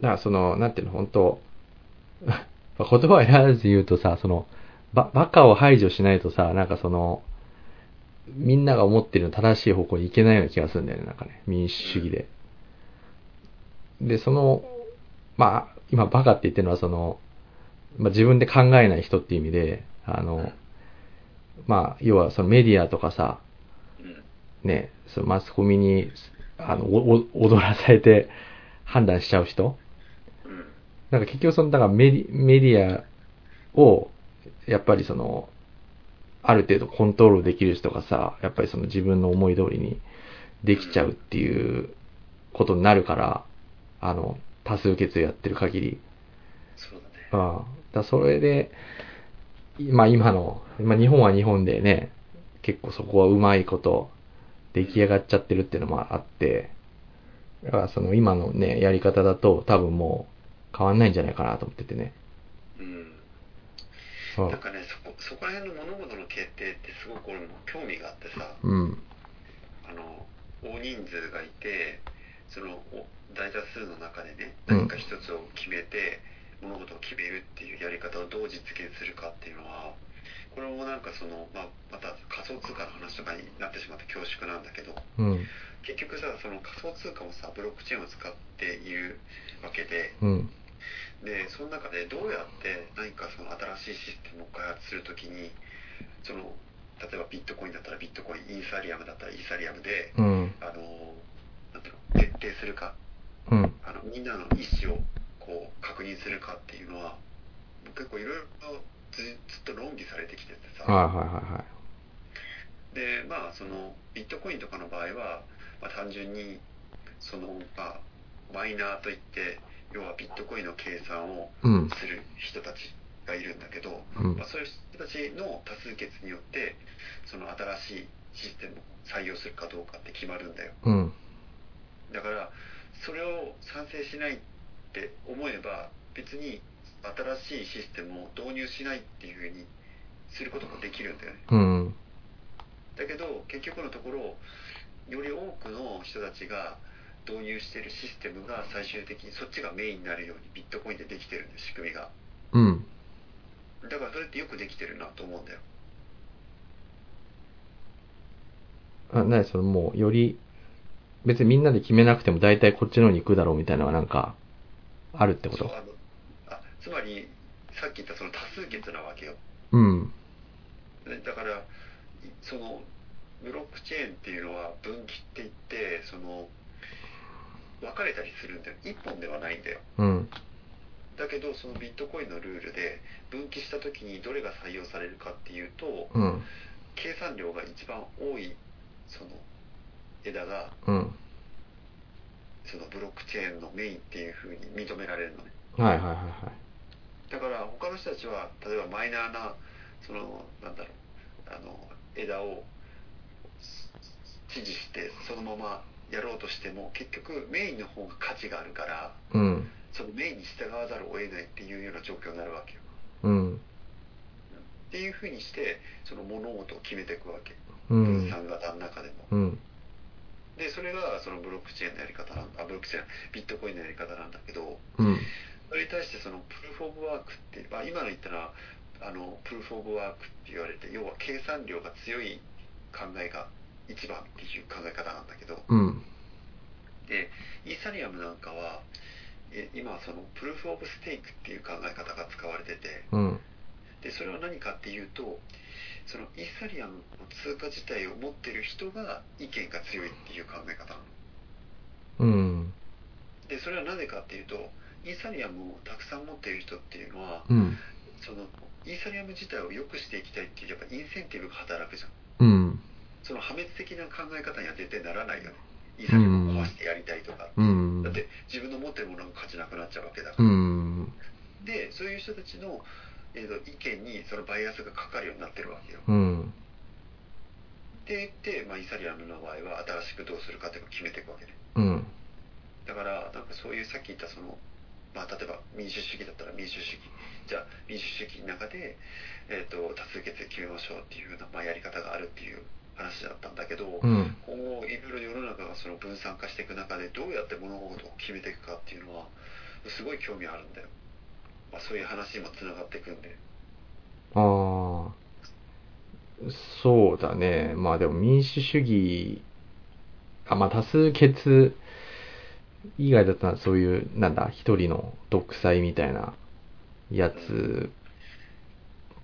Speaker 1: あ。だからその、なんていうの、本当 まあ言葉選ばず言うとさ、その、ば、バカを排除しないとさ、なんかその、みんなが思ってるの正しい方向に行けないような気がするんだよね、なんかね。民主主義で。で、その、まあ、今バカって言ってるのはその、まあ自分で考えない人っていう意味で、あの、まあ、要はそのメディアとかさ、
Speaker 2: うん
Speaker 1: ね、そのマスコミにあのおお踊らされて判断しちゃう人
Speaker 2: うん
Speaker 1: なんか結局そのだからメディメディアをやっぱりそのある程度コントロールできる人がさやっぱりその自分の思い通りにできちゃうっていうことになるからあの多数決やってる限り
Speaker 2: そうだね
Speaker 1: ああ、だそれで、まあ今の、まあ日本は日本でね、結構そこはうまいこと出来上がっちゃってるっていうのもあって、だからその今のね、やり方だと多分もう変わんないんじゃないかなと思っててね。
Speaker 2: うん
Speaker 1: うん
Speaker 2: なんかねそこそこら辺の物事の決定ってすごく俺も興味があってさ
Speaker 1: うん。
Speaker 2: あの大人数がいてそのお大多数の中でね
Speaker 1: うん
Speaker 2: 何か一つを決めて、物事を決めるっていうやり方をどう実現するかっていうのはこれもなんかその、まあ、また仮想通貨の話とかになってしまって恐縮なんだけど
Speaker 1: うん。
Speaker 2: 結局さその仮想通貨もさブロックチェーンを使っているわけで
Speaker 1: うん。
Speaker 2: でその中でどうやって何かその新しいシステムを開発するときにその例えばビットコインだったらビットコインイーサリアムだったらイーサリアムで
Speaker 1: うん。
Speaker 2: あのなんていうの徹底するか
Speaker 1: うん。
Speaker 2: あのみんなの意思をこう確認するかっていうのは僕結構いろいろずずっと論議されてきててさ
Speaker 1: はいはいはいはい。
Speaker 2: でまあそのビットコインとかの場合は、まあ、単純にその、まあ、マイナーといって要はビットコインの計算を
Speaker 1: うん。
Speaker 2: する人たちがいるんだけど、
Speaker 1: うん
Speaker 2: まあ、。そういう人たちの多数決によってその新しいシステムを採用するかどうかって決まるんだよ
Speaker 1: うん。
Speaker 2: だからそれを賛成しないって思えば別に新しいシステムを導入しないっていうふうにすることもできるんだよね
Speaker 1: うん。
Speaker 2: だけど結局のところより多くの人たちが導入しているシステムが最終的にそっちがメインになるようにビットコインでできてるんだよ仕組みが
Speaker 1: うん。
Speaker 2: だからそれってよくできてるなと思うんだよ
Speaker 1: あ、なにそのもうより、別にみんなで決めなくても大体こっちの方に行くだろうみたいなのはなんか、あるってこ
Speaker 2: そう
Speaker 1: と
Speaker 2: あのあつまりさっき言ったその多数決なわけよ
Speaker 1: うん。
Speaker 2: でだからいそのブロックチェーンっていうのは分岐って言ってその分かれたりするんだよ一本ではないんだよ
Speaker 1: うん。
Speaker 2: だけどそのビットコインのルールで分岐した時にどれが採用されるかっていうと
Speaker 1: うん。
Speaker 2: 計算量が一番多いその枝が
Speaker 1: うん。
Speaker 2: そのブロックチェーンのメインっていう風に認められるのね
Speaker 1: はいはいはいはい。
Speaker 2: だから他の人たちは例えばマイナーなそのなんだろうあの枝を支持してそのままやろうとしても結局メインの方が価値があるから
Speaker 1: うん。
Speaker 2: そのメインに従わざるを得ないっていうような状況になるわけよ。
Speaker 1: うん。
Speaker 2: っていうふうにしてその物事を決めていくわけ
Speaker 1: う
Speaker 2: 分
Speaker 1: ん。
Speaker 2: 散型の中でも。
Speaker 1: うん。
Speaker 2: でそれがそのブロックチェーンのやり方なんあブロックチェーンビットコインのやり方なんだけど。
Speaker 1: うん。
Speaker 2: それに対してそのプルーフ・オブ・ワークって、まあ、今の言ったのはあのプルーフ・オブ・ワークって言われて要は計算量が強い考えが一番っていう考え方なんだけど
Speaker 1: うん。
Speaker 2: でイーサリアムなんかはえ今はそのプルーフ・オブ・ステークっていう考え方が使われてて
Speaker 1: うん。
Speaker 2: でそれは何かっていうとそのイーサリアムの通貨自体を持ってる人が意見が強いっていう考え方なの
Speaker 1: うん。
Speaker 2: でそれはなぜかっていうとイーサリアムをたくさん持っている人っていうのは
Speaker 1: うん。
Speaker 2: そのイーサリアム自体を良くしていきたいっていうやっぱインセンティブが働くじゃん
Speaker 1: うん。
Speaker 2: その破滅的な考え方には絶対ならないよねイーサリアムを壊してやりたいとか、
Speaker 1: うん
Speaker 2: だっ。て自分の持ってるものが価値なくなっちゃうわけだ
Speaker 1: う
Speaker 2: から、
Speaker 1: ん。
Speaker 2: でそういう人たちの、えー、と意見にそのバイアスがかかるようになってるわけよ
Speaker 1: うん。
Speaker 2: って言って、まあ、イーサリアムの場合は新しくどうするかっていうのを決めていくわけね
Speaker 1: うん。
Speaker 2: だからなんかそういうさっき言ったその、まあ、例えば民主主義だったら民主主義じゃあ民主主義の中で、えー、と多数決で決めましょうっていうような、まあ、やり方があるっていう話だったんだけど、
Speaker 1: うん。
Speaker 2: 今後いろいろ世の中がその分散化していく中でどうやって物事を決めていくかっていうのはすごい興味あるんだよ、まあ、そういう話にもつながっていくんで
Speaker 1: ああ。そうだね。まあでも民主主義、あ、まあ多数決以外だったらそういう、なんだ、一人の独裁みたいなやつ。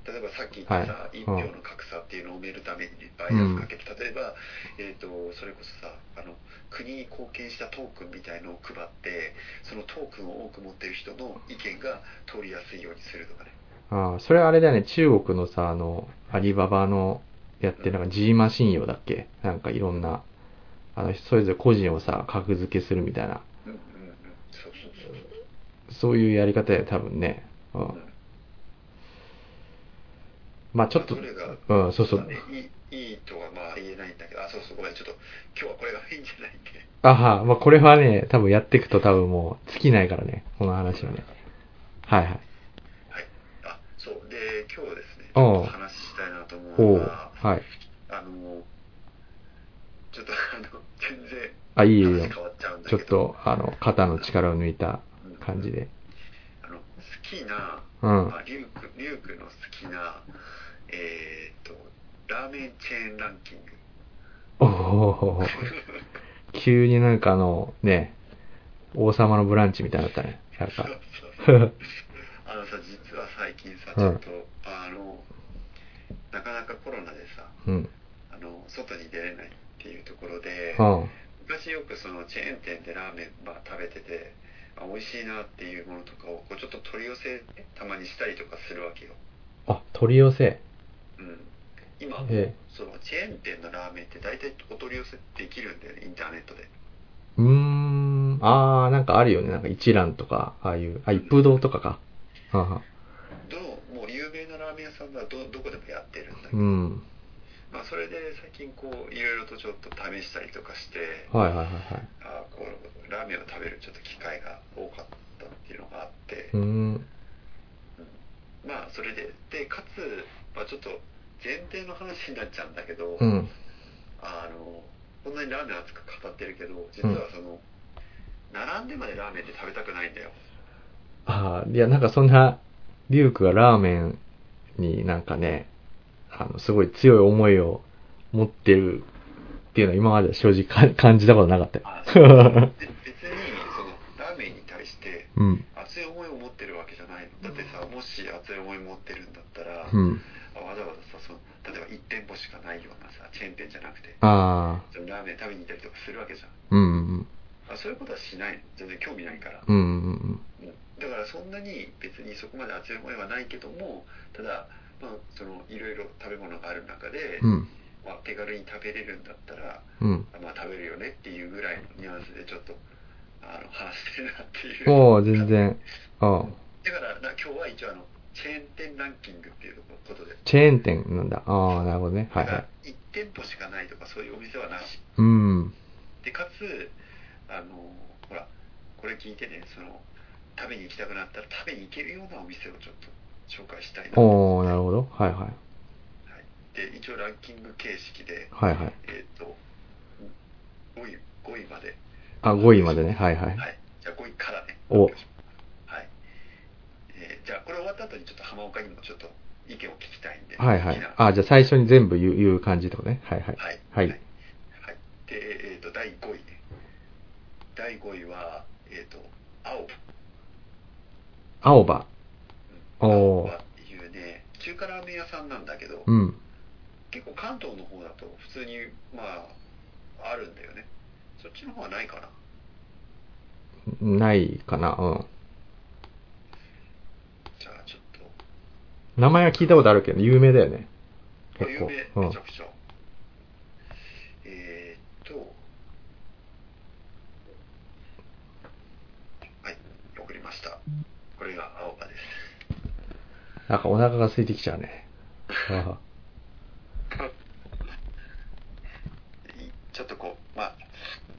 Speaker 2: 例えばさっき言った
Speaker 1: は
Speaker 2: さ、
Speaker 1: い
Speaker 2: 一票の格差っていうのを埋めるためにバイアスかけて、例えば、えー、とそれこそさあの国に貢献したトークンみたいのを配ってそのトークンを多く持ってる人の意見が通りやすいようにするとかね
Speaker 1: ああ、それあれだよね。中国のさ、あの、アリババのやってるなんか G マ信用だっけなんかいろんな、あの、それぞれ個人をさ、格付けするみたいな。
Speaker 2: うんうんうんそうそうそう
Speaker 1: そういうやり方や、多分ね。う。
Speaker 2: うんん
Speaker 1: まあちょっと、
Speaker 2: それが
Speaker 1: うん、そうそう
Speaker 2: まあ。ねいいいいとはまあ言えないんだけどあそうそうごめんちょっと今日はこれがいいんじゃないんで
Speaker 1: あは、まあ、これはね、多分やっていくと多分もう尽きないからね、この話はね。はいはい。
Speaker 2: あそうで今日はですねち
Speaker 1: お
Speaker 2: ょ
Speaker 1: う
Speaker 2: っと話したいなと思
Speaker 1: お
Speaker 2: う
Speaker 1: う、
Speaker 2: のが
Speaker 1: はい。
Speaker 2: あのちょっとあの全然
Speaker 1: あ、いいよいいよ
Speaker 2: 話。変わっちゃうんだ
Speaker 1: ち
Speaker 2: け
Speaker 1: ょっ
Speaker 2: ど
Speaker 1: と、あの、肩の力を抜いた
Speaker 2: うん
Speaker 1: 感じで。
Speaker 2: あの好きな、
Speaker 1: うん。
Speaker 2: まあ、リュウクリュウクの好きなえーっとラーメンチェーンランキング
Speaker 1: お お急になんかあの、ね、王様のブランチみたいになったね。なん
Speaker 2: そう
Speaker 1: か。
Speaker 2: そうあのさ実は最近さちょっと、あのなかなかコロナでさ
Speaker 1: うん。
Speaker 2: あの外に出れないっていうところで、
Speaker 1: うん。
Speaker 2: 昔よくそのチェーン店でラーメンば食べてて、あ、美味しいなっていうものとかをこうちょっと取り寄せたまにしたりとかするわけよ、
Speaker 1: あ、取り寄せ。
Speaker 2: うん、今
Speaker 1: ええ
Speaker 2: そのチェーン店のラーメンって大体お取り寄せできるんだよねインターネットで
Speaker 1: うーん。あー、なんかあるよね。なんか一蘭とか、ああいう、あ、一風堂とかか。うん
Speaker 2: どのもう有名なラーメン屋さんはどどこでもやってるんだけ
Speaker 1: う
Speaker 2: ど、
Speaker 1: ん。
Speaker 2: まあ、それで最近こういろいろとちょっと試したりとかして
Speaker 1: はいはいはいはい。
Speaker 2: あこうラーメンを食べるちょっと機会が多かったっていうのがあって、
Speaker 1: うーん。
Speaker 2: まあそれででかつ、まあ、ちょっと前提の話になっちゃうんだけど、
Speaker 1: うん。
Speaker 2: あのこんなにラーメン熱く語ってるけど実はその、並んでまでラーメンって食べたくないんだよ
Speaker 1: ああ、いや、なんかそんな、リュウクがラーメンになんかね、あの、すごい強い思いを持ってるっていうのは今までは正直か感じたことなかった
Speaker 2: あ
Speaker 1: よ。
Speaker 2: で別にそのラーメンに対して
Speaker 1: うん、
Speaker 2: 熱い思いを持ってるわけじゃないのだってさもし熱い思い持ってるんだったら、
Speaker 1: うん。
Speaker 2: あわざわざさその例えば1店舗しかないようなさチェーン店じゃなくて
Speaker 1: ああ、
Speaker 2: そのラーメン食べに行ったりとかするわけじゃん
Speaker 1: うん、
Speaker 2: あそういうことはしないの全然興味ないから
Speaker 1: うん、うん、うん、
Speaker 2: だからそんなに別にそこまで熱い思いはないけどもただまあそのいろいろ食べ物がある中で、
Speaker 1: うん、
Speaker 2: まあ、手軽に食べれるんだったら、
Speaker 1: うん。
Speaker 2: まあ、食べるよねっていうぐらいのニュアンスでちょっとあの話してるなっていう
Speaker 1: おお全然。ああ、
Speaker 2: だからな今日は一応あのチェーン店ランキングっていうことで、
Speaker 1: チェーン店なんだ。ああ、なるほどね。はいはい。
Speaker 2: 1店舗しかないとかそういうお店はなし
Speaker 1: うん、
Speaker 2: でかつあのほらこれ聞いてねその食べに行きたくなったら食べに行けるようなお店をちょっと紹介したいなと
Speaker 1: おおなるほど。はいはい。
Speaker 2: で一応ランキング形式で、
Speaker 1: はいはい。
Speaker 2: えっと5位 ,5 位まで、
Speaker 1: あ、5位までね。はいはい。
Speaker 2: はい、じゃあ5位からね、
Speaker 1: お
Speaker 2: はいえーじゃあこれ終わった後にちょっと浜岡にもちょっと意見を聞きたいんで、
Speaker 1: はいは
Speaker 2: 好き
Speaker 1: い
Speaker 2: な。
Speaker 1: あ、じゃあ最初に全部言う言う感じってことね。はいはい。
Speaker 2: はい、
Speaker 1: はい
Speaker 2: はいで、えっと第5位ね、第5位は、えっと青葉、
Speaker 1: 青葉。
Speaker 2: うん
Speaker 1: おー
Speaker 2: 青葉っていうね、中華ラーメン屋さんなんだけど、
Speaker 1: うん。
Speaker 2: 結構関東の方だと普通に、まあ、あるんだよね、そっちの方はないかな。
Speaker 1: ないかな。うん。
Speaker 2: じゃあちょっ
Speaker 1: 名前は聞いたことあるけど、有名だよね。
Speaker 2: と、
Speaker 1: 結
Speaker 2: 有
Speaker 1: 構。
Speaker 2: 名、
Speaker 1: う
Speaker 2: め
Speaker 1: ん
Speaker 2: ちゃ。くちゃ。えー、っと、はい、送りました。これが青葉です。
Speaker 1: なんかお腹が空いてきちゃうね。あ
Speaker 2: いちょっとこう、まあ、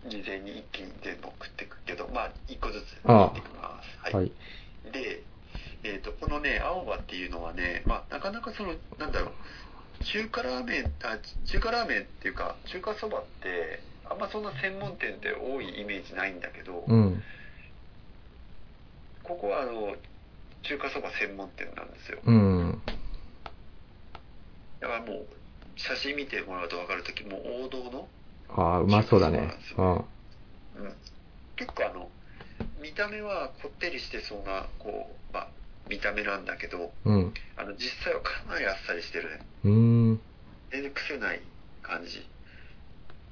Speaker 2: 事前に一気に全部送っていくけど、まあ、一個ずつ
Speaker 1: ああ
Speaker 2: 送っていきます。
Speaker 1: あはい。
Speaker 2: で、えー、とこのね青葉っていうのはね、まあ、なかなかそのなんだろう中華ラーメンあ中華ラーメンっていうか中華そばってあんまそんな専門店って多いイメージないんだけど、
Speaker 1: うん。
Speaker 2: ここはあの中華そば専門店なんですよ
Speaker 1: うん。
Speaker 2: だからもう写真見てもらうと分かるときもう王道の、
Speaker 1: ああ、うまそうだね。うん。
Speaker 2: うん、結構あの見た目はこってりしてそうなこう、まあ、見た目なんだけど
Speaker 1: うん。
Speaker 2: あの実際はかなりあっさりしてるね
Speaker 1: うーん。
Speaker 2: 全然癖ない感じ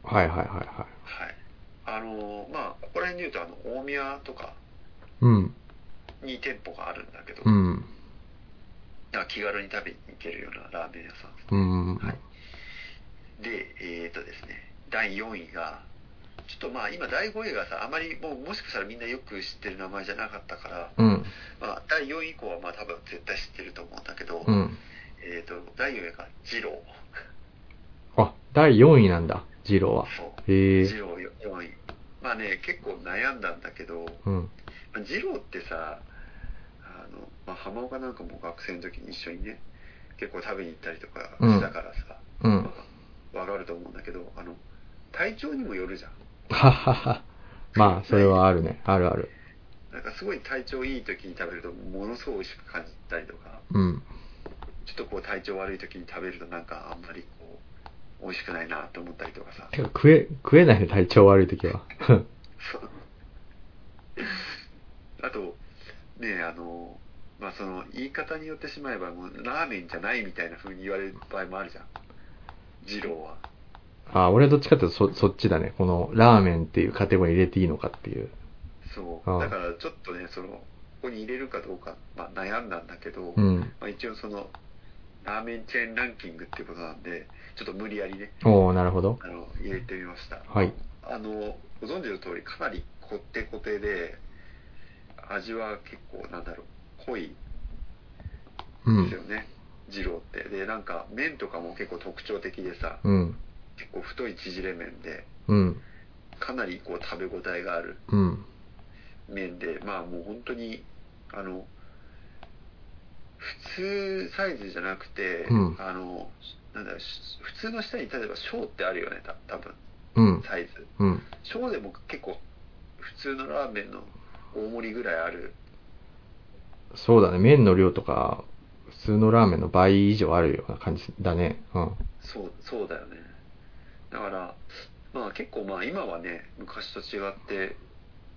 Speaker 1: はいはいはいはい。
Speaker 2: はい。あのーまあ、ここら辺で言うと、あの、大宮とか
Speaker 1: うん。
Speaker 2: に店舗があるんだけど、
Speaker 1: うん。
Speaker 2: なんか気軽に食べに行けるようなラーメン屋さん。
Speaker 1: うん。
Speaker 2: はいで、えっ、とですね、第4位が、ちょっとまあ、今、第5位がさ、あまりもう、もしかしたらみんなよく知ってる名前じゃなかったから、
Speaker 1: うん。
Speaker 2: まあ、第4位以降はまあ、多分絶対知ってると思うんだけど、
Speaker 1: うん。
Speaker 2: えっ、と、第4位が、二郎。
Speaker 1: あ、第4位なんだ、ジローは。
Speaker 2: そう。
Speaker 1: へ
Speaker 2: 二
Speaker 1: え。
Speaker 2: 郎4位。まあね、結構悩んだんだけど、
Speaker 1: うん。
Speaker 2: まあ二郎ってさあの、まあ、浜岡なんかも学生の時に一緒にね結構食べに行ったりとかしたからさ、
Speaker 1: う
Speaker 2: ま
Speaker 1: ん。
Speaker 2: あわかると思うんだけどあの体調にもよるじゃん
Speaker 1: ははは。まあ、それはあるね。あるある。
Speaker 2: なんかすごい体調いい時に食べるとものすごい美味しく感じたりとか
Speaker 1: うん。
Speaker 2: ちょっとこう体調悪い時に食べるとなんかあんまりこう美味しくないなと思ったりとかさ
Speaker 1: てか、食え、食えないね、体調悪い時は。
Speaker 2: そう あとねあのまあその言い方によってしまえばもうラーメンじゃないみたいな風に言われる場合もあるじゃん二郎は
Speaker 1: あ、俺はどっちかっていうとそ、そっちだね。この、ラーメンっていうカテゴリー入れていいのかっていう。
Speaker 2: そう
Speaker 1: ああ
Speaker 2: だからちょっとねそのここに入れるかどうか、まあ、悩んだんだけど、
Speaker 1: うん。
Speaker 2: まあ、一応そのラーメンチェーンランキングっていうことなんでちょっと無理やりね
Speaker 1: おー、なるほど。
Speaker 2: あの入れてみました
Speaker 1: はい。
Speaker 2: あのご存知の通りかなりこってこてで味は結構なんだろう濃いうですよ
Speaker 1: ん。
Speaker 2: ね、二郎ってでなんか麺とかも結構特徴的でさ
Speaker 1: うん。
Speaker 2: 結構太い縮れ麺で
Speaker 1: うん。
Speaker 2: かなりこう食べ応えがある
Speaker 1: うん。
Speaker 2: 麺でまあもう本当にあの普通サイズじゃなくて、
Speaker 1: うん
Speaker 2: あのなんだろうし普通の下に例えば小ってあるよねた多分
Speaker 1: うん。
Speaker 2: サイズ
Speaker 1: うん。
Speaker 2: 小でも結構普通のラーメンの大盛りぐらいある
Speaker 1: そうだね。麺の量とか、普通のラーメンの倍以上あるような感じだね。うん。
Speaker 2: そうそうだよねだからまあ結構まあ今はね昔と違って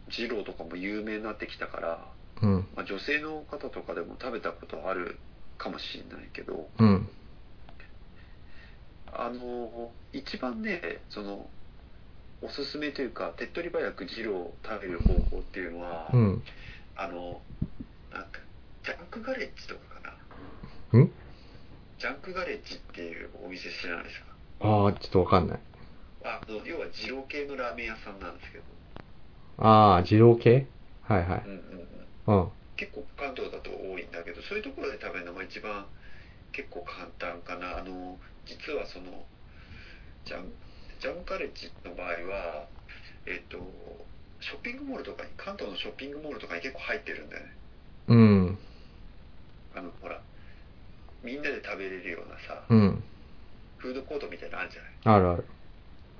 Speaker 2: 二郎とかも有名になってきたから、
Speaker 1: うん。
Speaker 2: まあ、女性の方とかでも食べたことあるかもしれないけど
Speaker 1: うん。
Speaker 2: あの一番ねそのおすすめというか手っ取り早く二郎を食べる方法っていうのは、
Speaker 1: うん。
Speaker 2: あのなんかジャンクガレッジとかかな
Speaker 1: うん
Speaker 2: ジャンクガレッジっていうお店知らないですか
Speaker 1: ああ、ちょっとわかんない。
Speaker 2: あの要は二郎系のラーメン屋さんなんですけど
Speaker 1: ああ、二郎系はいはい
Speaker 2: うん。うんうん、
Speaker 1: うん。
Speaker 2: 結構関東だと多いんだけどそういうところで食べるのが一番結構簡単かなあの実はそのジャンジャンカレッジの場合はえっとショッピングモールとかに関東のショッピングモールとかに結構入ってるんだよね
Speaker 1: うん。
Speaker 2: あのほらみんなで食べれるようなさ
Speaker 1: うん。
Speaker 2: フードコートみたいなのあるじゃ
Speaker 1: あ
Speaker 2: ない
Speaker 1: るある。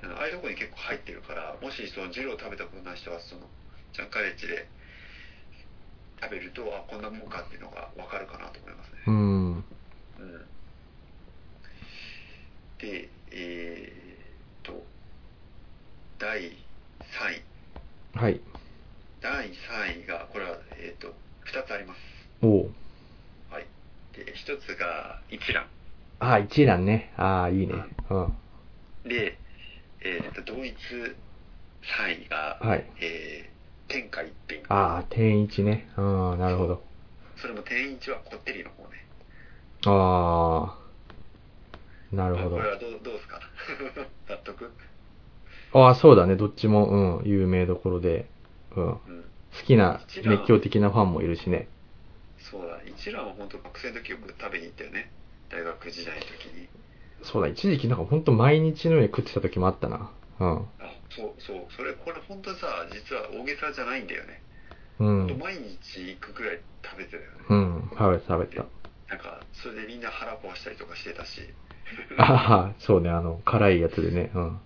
Speaker 2: あのああいうところに結構入ってるからもしそのジロー食べたことない人はそのジャンカレッジで食べるとあこんなもんかっていうのが分かるかなと思いますね
Speaker 1: うん。
Speaker 2: うんで、えー、と、第3位。
Speaker 1: はい。
Speaker 2: 第3位が、これは、えー、と、2つあります。
Speaker 1: おお。
Speaker 2: で、1つが一蘭。
Speaker 1: ああ、一蘭ね。ああ、いいね。うん。
Speaker 2: で、えー、と、同一3位が、
Speaker 1: はい。
Speaker 2: えー天下一品。
Speaker 1: ああ、天一ね。うん、なるほど。
Speaker 2: それも天一はこってりの方ね。
Speaker 1: ああ、なるほど
Speaker 2: こ。れはどう、どうですか 納得
Speaker 1: ああ、そうだね。どっちも、うん、有名どころで、うん。好
Speaker 2: うん。
Speaker 1: きな熱狂的なファンもいるしね。
Speaker 2: そうだ。一蘭は本当学生の時よく食べに行ったよね。大学時代の時に。
Speaker 1: そうだ、一時期なんかほんと毎日のように食ってた時もあったな。
Speaker 2: あ、そうそう。それ、これ本当さ、実は大げさじゃないんだよね。
Speaker 1: うん。う
Speaker 2: ほんと
Speaker 1: ん。
Speaker 2: 毎日行くくらい食べてたよね。
Speaker 1: うん。食べた食べた。
Speaker 2: なんか、それでみんな腹壊したりとかしてたし。
Speaker 1: ああ、そうね。あの、辛いやつでね。うん。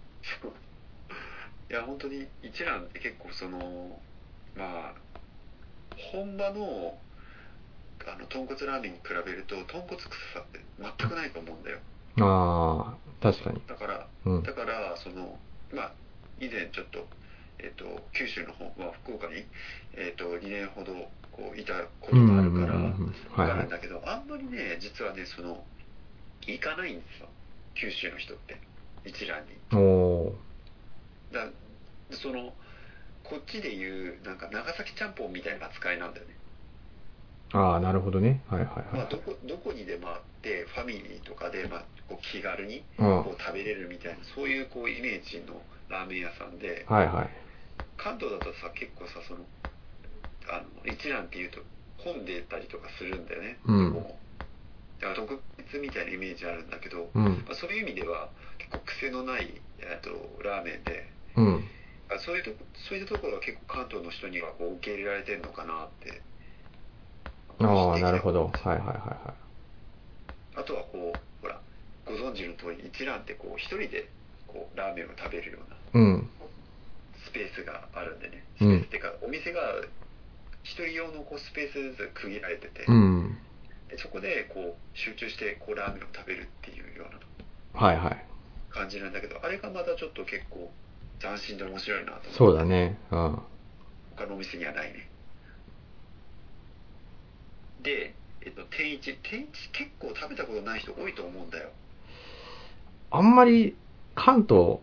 Speaker 2: いや、本当に一蘭って結構その、まあ、本場の、あの、豚骨ラーメンに比べると、豚骨臭さって全くないと思うんだよ。
Speaker 1: ああ、確かに。
Speaker 2: だから、
Speaker 1: うん。
Speaker 2: だから、その、まあ、以前ちょっと、えっ、と、九州の方、まあ、福岡に、えっ、と、2年ほど、こう、いたこと
Speaker 1: うんう
Speaker 2: が
Speaker 1: ん
Speaker 2: ある
Speaker 1: うん
Speaker 2: か
Speaker 1: うん。
Speaker 2: ら、
Speaker 1: はいは
Speaker 2: あるん
Speaker 1: い。
Speaker 2: だけど、あんまりね、実はね、その、行かないんですよ。九州の人って、一蘭に。
Speaker 1: おお
Speaker 2: だそのこっちでいうなんか長崎ちゃんぽんみたいな扱いなんだよね、
Speaker 1: ー。ああ、なるほどね。はいはい
Speaker 2: まあ、
Speaker 1: は
Speaker 2: ど
Speaker 1: い。
Speaker 2: こどこにでもあってファミリーとかで、まあ、こう気軽に
Speaker 1: うん。
Speaker 2: こう食べれるみたいなそういうこうイメージのラーメン屋さんで
Speaker 1: はいはい。
Speaker 2: 関東だとさ結構さそのあの一蘭っていうと混んでたりとかするんだよね、
Speaker 1: うん
Speaker 2: もうだから特別みたいなイメージあるんだけど、
Speaker 1: うん。
Speaker 2: まあ、そういう意味では結構癖のない、えっとラーメンで
Speaker 1: うん。
Speaker 2: あそういうとこそういうところは結構関東の人にはこう受け入れられてるのかなって
Speaker 1: ああ、なるほど。
Speaker 2: い、
Speaker 1: はいはいはいは。
Speaker 2: あとはこうほらご存知の通り一蘭ってこう一人でこうラーメンを食べるようない
Speaker 1: うん。
Speaker 2: スペースがあるんでねス
Speaker 1: う
Speaker 2: ペ
Speaker 1: ん
Speaker 2: ースっていうか、お店が一人用のこうスペースずつ区切られてて、
Speaker 1: うん。
Speaker 2: でそこでこう集中してこうラーメンを食べるっていうような
Speaker 1: はいはい。
Speaker 2: 感じなんだけどあれがまたちょっと結構斬新で面白いなと思って
Speaker 1: そうだね。うん。
Speaker 2: 他のお店にはないねで、えっと、天一天一結構食べたことない人多いと思うんだよ
Speaker 1: あんまり関東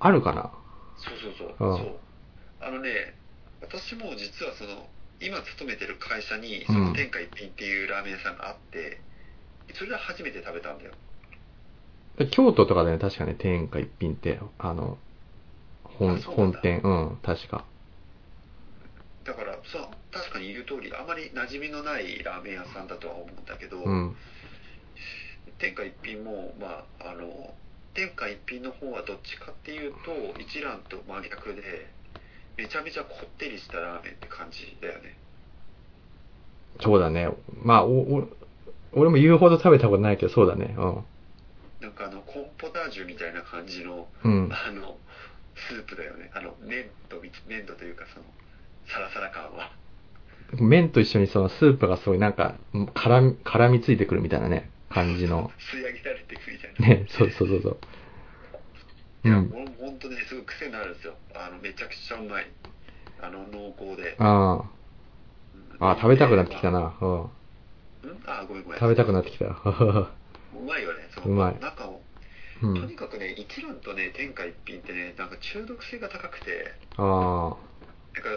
Speaker 1: あるかな
Speaker 2: そうそうそう
Speaker 1: ああ
Speaker 2: そうあのね私も実はその今勤めてる会社に
Speaker 1: う
Speaker 2: そ
Speaker 1: ん
Speaker 2: の天下一品っていうラーメン屋さんがあって、それで初めて食べたんだよ
Speaker 1: 京都とかでね、確かね、天下一品って、あの、
Speaker 2: あ
Speaker 1: 本、
Speaker 2: そうな
Speaker 1: 本
Speaker 2: んだ
Speaker 1: 店、うん、確か。
Speaker 2: だからそう確かに言う通りあまり馴染みのないラーメン屋さんだとは思うんだけど、
Speaker 1: うん。
Speaker 2: 天下一品も、まあ、あの天下一品の方はどっちかっていうと一蘭と真逆でめちゃめちゃこってりしたラーメンって感じだよね
Speaker 1: そうだね。まあ、お、お、俺も言うほど食べたことないけど、そうだね。
Speaker 2: なんかあのコーンポタージュみたいな感じの
Speaker 1: うん。うん。
Speaker 2: あのスープだよねあの粘土み粘土というかそのサラサラ感は
Speaker 1: 麺と一緒にそのスープがすごいなんか、うん絡み、絡みついてくるみたいなね、感じの。
Speaker 2: 吸い上げられていくみたいな
Speaker 1: ね、そうそうそうそう。
Speaker 2: いうや
Speaker 1: ん。
Speaker 2: もう本当ねすごい癖になるんですよあのめちゃくちゃうまいあの濃厚で
Speaker 1: ああ。ああ、食べたくなってきた
Speaker 2: な
Speaker 1: な。うん。
Speaker 2: あごめんごめん
Speaker 1: 食べたくなってきた。 う
Speaker 2: うまいよねそう
Speaker 1: まい
Speaker 2: 中をと
Speaker 1: ん
Speaker 2: に。かくね、一蘭とね、天下一品ってね、なんか中毒性が高くて、
Speaker 1: あ
Speaker 2: なんか、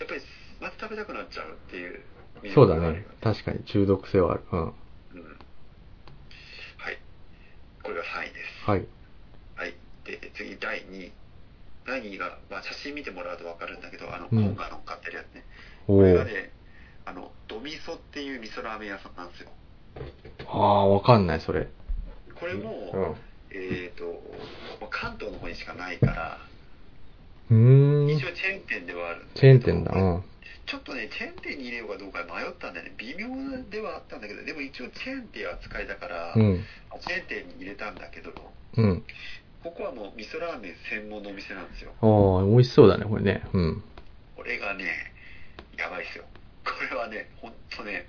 Speaker 2: やっぱりまた食べたくなっちゃうっていう
Speaker 1: あ、
Speaker 2: 魅
Speaker 1: そう
Speaker 2: 力
Speaker 1: だ
Speaker 2: があるよ
Speaker 1: ね。確かに中毒性はある。うん。
Speaker 2: うん。はい。これが3位です。
Speaker 1: はい。
Speaker 2: はい。で、次、第2位。第2位が、まあ、写真見てもらうと分かるんだけど、あの、
Speaker 1: う
Speaker 2: コ
Speaker 1: ん
Speaker 2: ーンが乗っかってるやつね。
Speaker 1: おお
Speaker 2: これ。がね、あの、ドミソっていう味噌ラーメン屋さんなんですよ。
Speaker 1: ああ、わかんない、それ。
Speaker 2: これも、えっ、と、まあ関東の方にしかないから、
Speaker 1: うん。うーん
Speaker 2: 一。応チェーン店ではあるんで
Speaker 1: チ
Speaker 2: すけ
Speaker 1: ェー
Speaker 2: ど
Speaker 1: ン店だ。うん。
Speaker 2: ちょっとね、チェーン店に入れようかどうか迷ったんだよね、微妙ではあったんだけど、でも一応チェーンっていう扱いだから、
Speaker 1: うん。
Speaker 2: チェーン店に入れたんだけど、こ
Speaker 1: うん。
Speaker 2: こはもう味噌ラーメン専門のお店なんですよ。
Speaker 1: ああ、美味しそうだね、これね。うん。
Speaker 2: これがね、やばいですよ。これはね、ほんとね、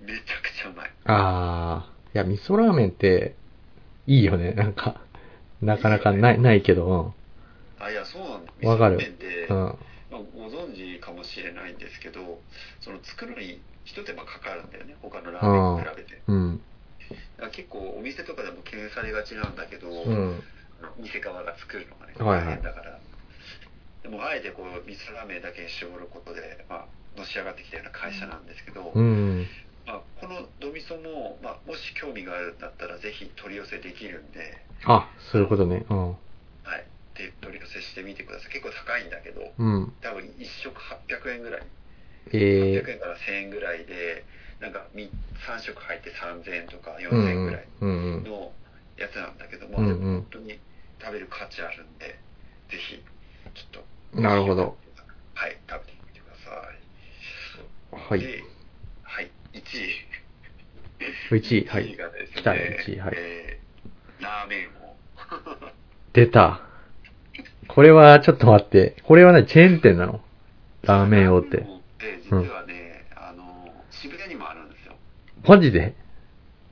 Speaker 2: めちゃくちゃうまい。
Speaker 1: ああ、いや、味噌ラーメンって、いいよね、なんか。なかなか ない、ないけど、
Speaker 2: あ、いや、そうなんだ。味
Speaker 1: わか
Speaker 2: 噌ラ
Speaker 1: る
Speaker 2: ーメンって、
Speaker 1: うん。
Speaker 2: まあ、
Speaker 1: うん。
Speaker 2: ご存知かもしれないんですけど、その作るのに一手間かかるんだよね、他のラーメンに比べて。
Speaker 1: うん。
Speaker 2: だから結構お店とかでも敬遠されがちなんだけど、
Speaker 1: うん。
Speaker 2: 店側が作るのがね、
Speaker 1: はいはい
Speaker 2: 大変だから、でもあえてこう水ラーメンだけに絞ることで、まあ、のし上がってきたような会社なんですけど、
Speaker 1: うん。
Speaker 2: まあ、このドミソも、まあ、もし興味があるんだったらぜひ取り寄せできるんで、
Speaker 1: あ、そういうことね。うん。
Speaker 2: はい、で取り寄せしてみてください結構高いんだけど
Speaker 1: うん。
Speaker 2: 多分1食800円ぐらい
Speaker 1: え
Speaker 2: 800円から1000円ぐらいでなんか3食入って3000円とか
Speaker 1: ー、うん
Speaker 2: 4000円ぐらい
Speaker 1: うん。うん
Speaker 2: のやつなんだけども、
Speaker 1: うんうん
Speaker 2: 本当に食べる価値あるんでぜひちょっと
Speaker 1: うん。なるほど。
Speaker 2: はい食べてみてくださ
Speaker 1: はいい。
Speaker 2: ではい1位
Speaker 1: 1位。はい。
Speaker 2: がですね、
Speaker 1: 来たね1位はい
Speaker 2: えーラーメンを。
Speaker 1: 出た。これは、ちょっと待って。これはね、チェーン店なのラーメン王って。
Speaker 2: 王って実はね、あの、渋谷にもあるんですよ。
Speaker 1: マジで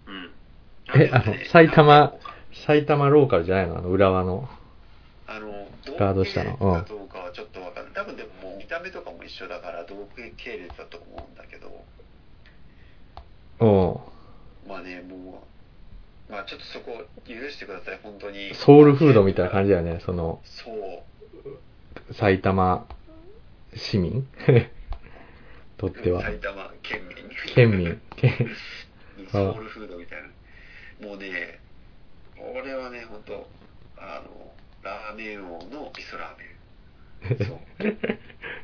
Speaker 2: うん。
Speaker 1: えあの埼玉。埼玉ローカルじゃないのあの、浦和の。
Speaker 2: あの、
Speaker 1: ガードしたの
Speaker 2: 同
Speaker 1: う
Speaker 2: 系列
Speaker 1: ん
Speaker 2: かどうかはちょっとわかんない。多分でももう見た目とかも一緒だから、同系列だと思うんだけど、
Speaker 1: お
Speaker 2: まあね、もう、まあちょっとそこ許してください、本当
Speaker 1: う
Speaker 2: に。
Speaker 1: ソウルフードみたいな感じだよね。その、
Speaker 2: そう。
Speaker 1: 埼玉市民 とっては。
Speaker 2: 埼玉県民。
Speaker 1: 県 民。
Speaker 2: ソウルフードみたいな。もうね、俺はね、ほんと、あの、ラーメン王の味噌ラー メン。そう。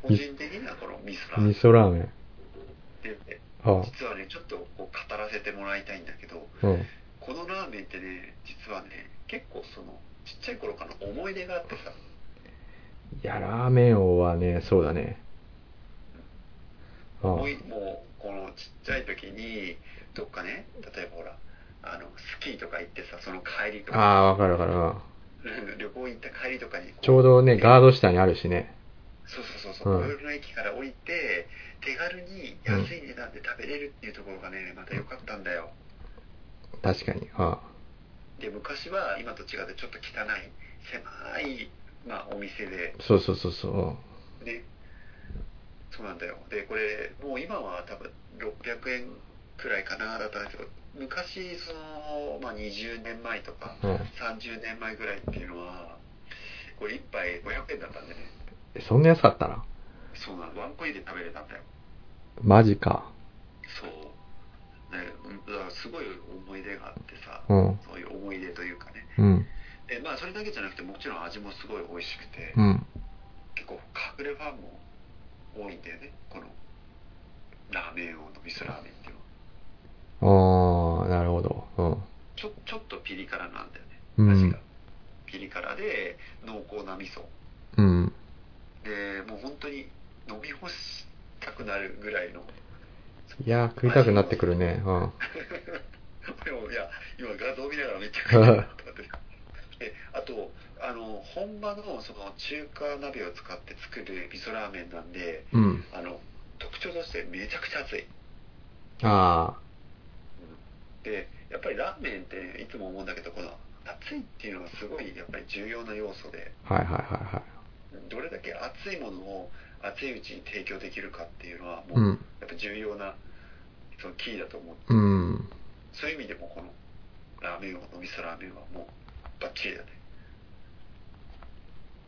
Speaker 2: 個人的にはこの味噌ラーメン
Speaker 1: 味噌ラーメン。
Speaker 2: で、
Speaker 1: あ
Speaker 2: 実はね、ちょっとこう語らせてもらいたいんだけど、
Speaker 1: うん。
Speaker 2: このラーメンってね、実はね、結構その、ちっちゃい頃からの思い出があってさ、
Speaker 1: いや、ラーメン王はね、そうだね。ああ
Speaker 2: 思いもう、このちっちゃい時に、どっかね、例えばほら、あの、スキーとか行ってさ、その帰りと
Speaker 1: あ
Speaker 2: か、
Speaker 1: あ、わかるわかる。うん
Speaker 2: 旅行行った帰りとかにこう
Speaker 1: ちょうどね、ガード下にあるしね。
Speaker 2: そうそうそうそう、
Speaker 1: うん
Speaker 2: 最寄りの駅から降りて、手軽に安い値段で食べれるっていうところがね、また良かったんだよ。
Speaker 1: 確かに。あ
Speaker 2: で、昔は今と違ってちょっと汚い、狭い、まあ、お店で、
Speaker 1: あそうそうそうそう。
Speaker 2: ね、そうなんだよ。で、これ、もう今は多分600円くらいかな、だったんですけど、昔、その、まあ、20年前とか、
Speaker 1: うん、
Speaker 2: 30年前ぐらいっていうのは、これ1杯500円だったんでね、
Speaker 1: えそんな安かったな。
Speaker 2: そうなの、ワンコインで食べれたんだよ。
Speaker 1: マジか。
Speaker 2: そう。ね、うんだからすごい思い出があってさ、
Speaker 1: うん。
Speaker 2: そういう思い出というかね。
Speaker 1: うん。
Speaker 2: で、まあそれだけじゃなくて、もちろん味もすごい美味しくて、
Speaker 1: うん。
Speaker 2: 結構隠れファンも多いんだよね、このラーメン王の味噌ラーメンっていうのは。
Speaker 1: ああ、なるほど。
Speaker 2: ちょちょっとピリ辛なんだよね、
Speaker 1: うん。う
Speaker 2: 味
Speaker 1: ん
Speaker 2: が。。ピリ辛で、濃厚な味噌。
Speaker 1: うん。
Speaker 2: で、もう本当に飲み干したくなるぐらいの。
Speaker 1: いやー、食いたくなってくるね。うん。
Speaker 2: でもいや、今画像見ながらめっちゃ書いてるなと思って。であと、あの、本場のその中華鍋を使って作る味噌ラーメンなんで、
Speaker 1: うん。
Speaker 2: あの、特徴としてめちゃくちゃ熱い。
Speaker 1: あ
Speaker 2: で、やっぱりラーメンってね、いつも思うんだけど、この熱いっていうのがすごいやっぱり重要な要素で、
Speaker 1: あ、はいはいはいはい。
Speaker 2: どれだけ熱いものを熱いうちに提供できるかっていうのは、も
Speaker 1: う
Speaker 2: う、
Speaker 1: ん。
Speaker 2: やっぱ重要な、そのキーだと思う。
Speaker 1: うん。
Speaker 2: そういう意味でもこのラーメンをお味噌ラーメンはもうバッチリだね。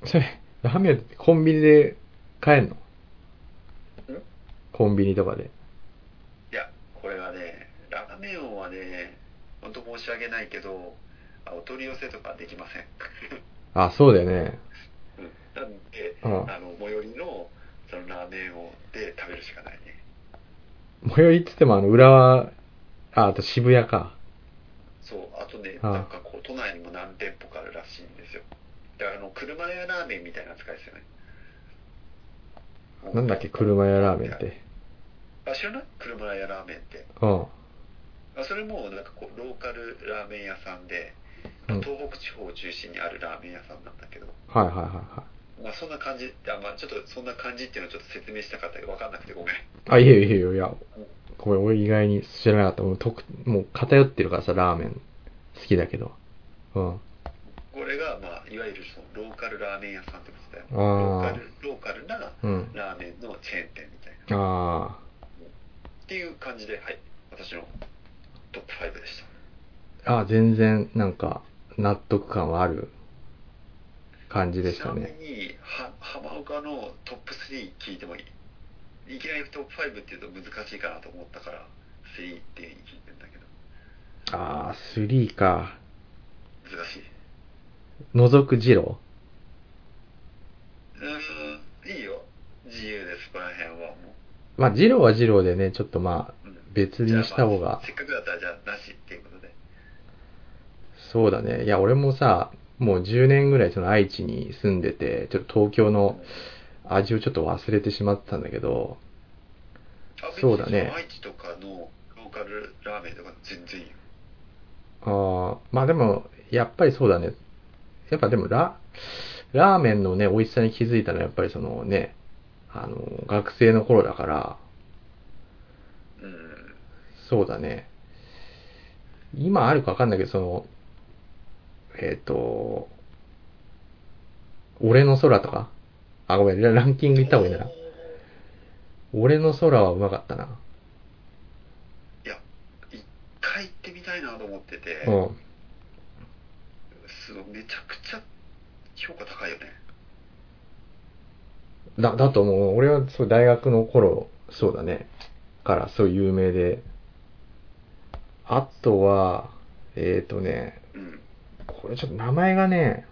Speaker 1: それ、ラーメンってコンビニで買えんのコンビニとかで。
Speaker 2: いや、これはね、ラーメン王はね、本当申し訳ないけど、あお取り寄せとかできません。
Speaker 1: あ、そうだよね。
Speaker 2: うん なんで、
Speaker 1: うん。
Speaker 2: あの、最寄りの、そのラーメン王で食べるしかないね。
Speaker 1: 最寄りって言っても、あの、浦和、あ、あと渋谷か。
Speaker 2: そう、あとね、
Speaker 1: うん
Speaker 2: なんかこう、都内にも何店舗かあるらしいんですよ。だから、あの、車屋ラーメンみたいな扱いですよね。
Speaker 1: なんだっけ、車屋ラーメンって。
Speaker 2: あ、知らない車屋ラーメンって。
Speaker 1: うん。
Speaker 2: あそれもなんかこうローカルラーメン屋さんで、
Speaker 1: うん
Speaker 2: 東北地方を中心にあるラーメン屋さんなんだけど、
Speaker 1: はいはいは
Speaker 2: まあ、そんな感じあ、まあ、ちょっとそんな感じっていうのをちょっと説明したかったけど分かんなくてごめん
Speaker 1: いはい。あ、いえいえいえいや、これ俺意外に知らなかった。もう、とくもう偏ってるからさ、ラーメン好きだけど。うん。
Speaker 2: これが、まあ、いわゆるそのローカルラーメン屋さんってことだよ
Speaker 1: あー
Speaker 2: ローカルローカルな
Speaker 1: うん。
Speaker 2: ラーメンのチェーン店みたいな
Speaker 1: あ
Speaker 2: っていう感じではい私のトップ5でした
Speaker 1: あ。あ、全然、なんか、納得感はある。感じでした
Speaker 2: ちな
Speaker 1: ね。
Speaker 2: みに、は浜岡のトップ3聞いてもいいいきなりトップ5っていうと難しいかなと思ったから、3っていうふうに聞いてんだけど、
Speaker 1: あー、3か。
Speaker 2: 難しい。
Speaker 1: 覗く二郎
Speaker 2: うーん、いいよ。自由です、この辺はも
Speaker 1: まあ、二郎は二郎でね、ちょっとまあ、
Speaker 2: う。うん
Speaker 1: 別にした方
Speaker 2: じゃあま
Speaker 1: が
Speaker 2: あ、せっかくだったら、じゃあ、なしっていうことで。
Speaker 1: そうだね。いや、俺もさ、もう10年ぐらいその愛知に住んでて、ちょっと東京の味をちょっと忘れてしまってたんだけど、
Speaker 2: あ別に
Speaker 1: そうだね
Speaker 2: の愛知とかのローカルラーメンとか全然いいよ。
Speaker 1: あーまあでも、やっぱりそうだね。やっぱでもラ、ラーメンのね、美味しさに気づいたのはやっぱりそのね、あの、学生の頃だから、
Speaker 2: うん。
Speaker 1: そうだね。今あるかわかんないけど、その、えっ、と、俺の空とかあ、ごめん、ラランキング行った方がいいな
Speaker 2: お。ー
Speaker 1: 俺の空はうまかったな。
Speaker 2: 一回行ってみたいなと思ってて、
Speaker 1: うん。
Speaker 2: すごいめちゃくちゃ評価高いよね。
Speaker 1: だ、だと思う。俺はそう、大学の頃、そうだね。から、そう有名で。あとは、えっ、とね、
Speaker 2: うん。
Speaker 1: これちょっと名前がね、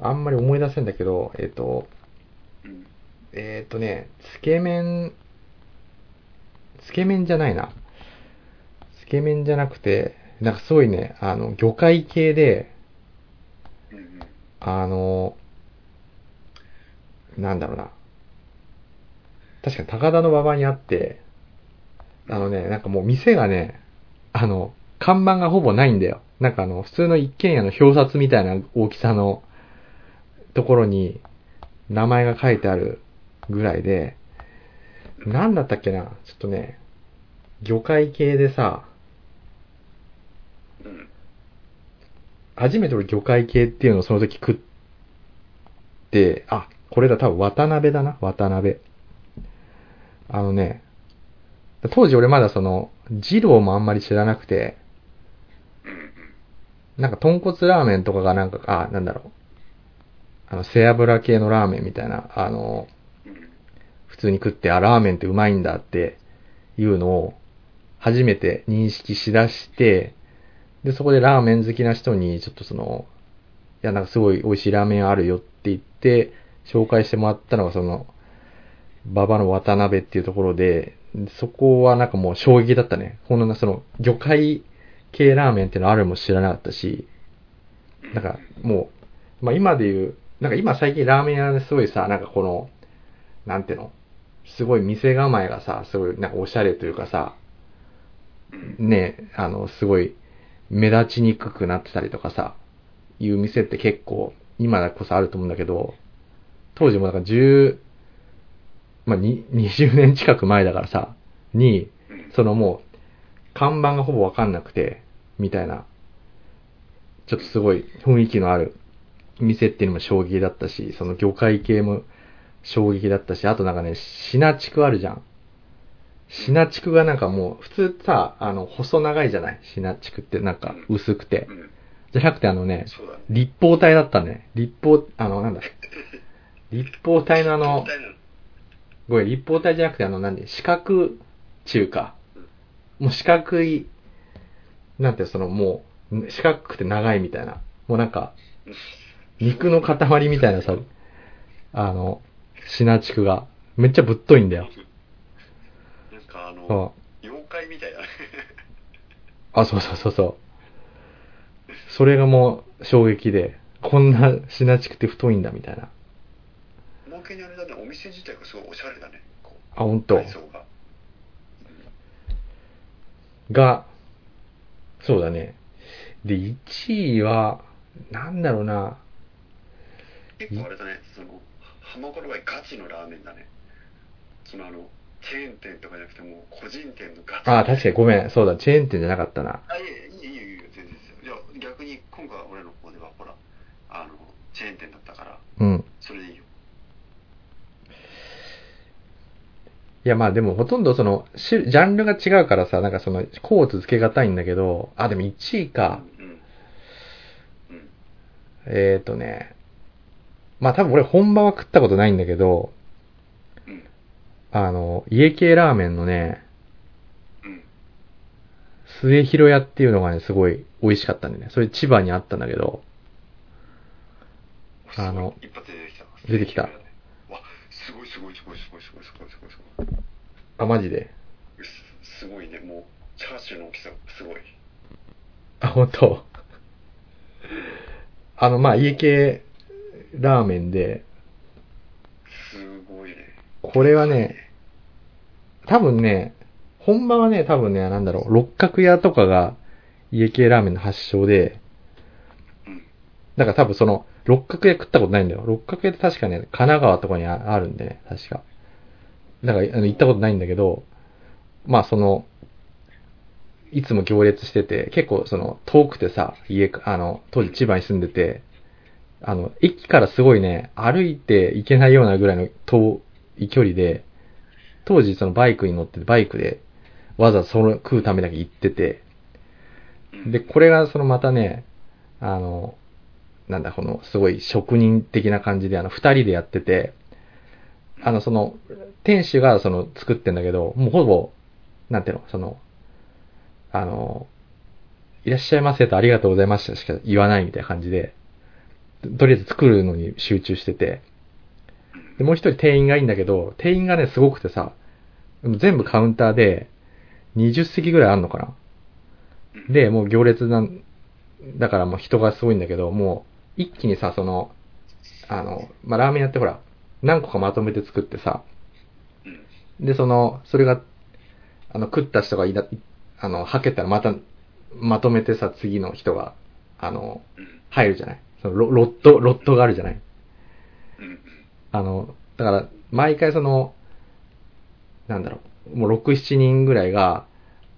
Speaker 1: あんまり思い出せんだけど、えっ、と、
Speaker 2: うん。
Speaker 1: えーっとね、つけ麺、つけ麺じゃないな。つけ麺じゃなくて、なんかすごいね、あの、魚介系で、
Speaker 2: うんうん。
Speaker 1: あの、なんだろうな。確か高田の馬場にあって、あのね、なんかもう店がね、あの、看板がほぼないんだよ。なんかあの、普通の一軒家の表札みたいな大きさのところに名前が書いてあるぐらいで、なんだったっけなちょっとね、魚介系でさ、
Speaker 2: うん。
Speaker 1: 初めて俺魚介系っていうのをその時食って、あ、これだ、多分渡辺だな、渡辺。あのね、当時俺まだその、二郎もあんまり知らなくて、
Speaker 2: うんうん。
Speaker 1: なんか豚骨ラーメンとかがなんか、あ、なんだろう。あの、背脂系のラーメンみたいな、あの、
Speaker 2: うん。
Speaker 1: 普通に食って、あ、ラーメンってうまいんだっていうのを初めて認識しだして、で、そこでラーメン好きな人に、ちょっとその、いや、なんかすごい美味しいラーメンあるよって言って、紹介してもらったのが、その、馬場の渡辺っていうところで、そこはなんかもう衝撃だったね。このな、その、魚介系ラーメンっていうのあるのも知らなかったし、
Speaker 2: うん
Speaker 1: なんかもう、まあ今で言う、なんか今最近ラーメン屋ですごいさ、なんかこの、なんていうのすごい店構えがさ、すごいなんかおしゃれというかさ、
Speaker 2: うん。
Speaker 1: ね、あの、すごい目立ちにくくなってたりとかさ、いう店って結構、今だこそあると思うんだけど、当時もなんか10、まあ、に20年近く前だからさ、に、
Speaker 2: うん
Speaker 1: そのもう、看板がほぼわかんなくて、みたいな、ちょっとすごい雰囲気のある店っていうのも衝撃だったし、その魚介系も衝撃だったし、あとなんかね、品地区あるじゃん。品地区がなんかもう、普通さ、あの、細長いじゃない品地区ってなんか薄くて
Speaker 2: う。ん。
Speaker 1: じゃなくてあのね、
Speaker 2: そうだね。
Speaker 1: 立方体だったね。立方、あの、なんだ。立方体のあの
Speaker 2: 絶、対なの
Speaker 1: ごめん、立方体じゃなくて、あの、なんで、四角中華。もう四角い、なんていうのその、もう、四角くて長いみたいな。もうなんか、肉の塊みたいなさ、あの、品地区が。めっちゃぶっといんだよ。
Speaker 2: なんかあ
Speaker 1: う
Speaker 2: の、
Speaker 1: ん
Speaker 2: 妖怪みたいだね。
Speaker 1: あ、そうそうそうそう。それがもう衝撃で、こんな品地区って太いんだみたいな。
Speaker 2: 儲けにあれだね、お店自体がすごいおしゃれだね。こう
Speaker 1: あ、ほんと
Speaker 2: 内。装が。
Speaker 1: が、そうだね。で、1位は、なんだろうな。
Speaker 2: 結構あれだね、その、浜岡の場合ガチのラーメンだね。そのあの、チェーン店とかじゃなくてもう個人店のガチ。
Speaker 1: あ、確かにごめん。そうだ、チェーン店じゃなかったな。
Speaker 2: あ、いえ、いいよ、いいよ、いいよ、全然ですよ。いや、逆に、今回俺の方では、ほら、あの、チェーン店だったから、
Speaker 1: うん。
Speaker 2: それでいいよ。
Speaker 1: いや、まあでもほとんどその、種ジャンルが違うからさ、なんかその、こう続けがたいんだけど、あ、でも1位か。
Speaker 2: うん。うん。
Speaker 1: えっ、ー、とね、まあ多分俺本場は食ったことないんだけど、
Speaker 2: うん。
Speaker 1: あの、家系ラーメンのね、
Speaker 2: うん。
Speaker 1: 末広屋っていうのがね、すごい美味しかったんでね。それ千葉にあったんだけど、あの
Speaker 2: すごい一発で出てきた。
Speaker 1: 出てきた
Speaker 2: わ、すごいすごいすごいすごいすごいすごいすごいすごい。
Speaker 1: あ、マジで。
Speaker 2: うっすすごいね、もう、チャーシューの大きさ、すごい。
Speaker 1: あ、本当。あの、まあ、家系ラーメンで、
Speaker 2: すごいね。
Speaker 1: これはね、多分ね、本場はね、多分ね、なんだろう、六角屋とかが家系ラーメンの発祥で、
Speaker 2: うん。
Speaker 1: だから多分その、六角屋食ったことないんだよ。六角屋って確かね、神奈川とかにああるんでね、確か。だから、あの、行ったことないんだけど、まあその、いつも行列してて、結構その、遠くてさ、家か、あの、当時千葉に住んでて、あの、駅からすごいね、歩いて行けないようなぐらいの遠い距離で、当時そのバイクに乗ってて、バイクで、わざわざその食うためだけ行ってて、
Speaker 2: うん
Speaker 1: で、これがそのまたね、あの、なんだ、この、すごい職人的な感じで、あの、二人でやってて、あの、その、店主がその、作ってんだけど、もうほぼ、なんていうの、その、あの、いらっしゃいませとありがとうございましたしか言わないみたいな感じで、ととりあえず作るのに集中してて、
Speaker 2: うん
Speaker 1: で、もう一人店員がいいんだけど、店員がね、すごくてさ、全部カウンターで、20席ぐらいあんのかな
Speaker 2: うん、
Speaker 1: で、もう行列なん、だからもう人がすごいんだけど、もう一気にさ、その、あの、まあ、ラーメン屋ってほら、何個かまとめて作ってさ、
Speaker 2: うん。
Speaker 1: で、その、それが、あの、食った人がいだ、あの、はけたらまた、まとめてさ、次の人が、あの、
Speaker 2: うん。
Speaker 1: 入るじゃないそのロロット、ロットがあるじゃない
Speaker 2: うん。うん。
Speaker 1: あの、だから、毎回その、なんだろう、もう6、7人ぐらいが、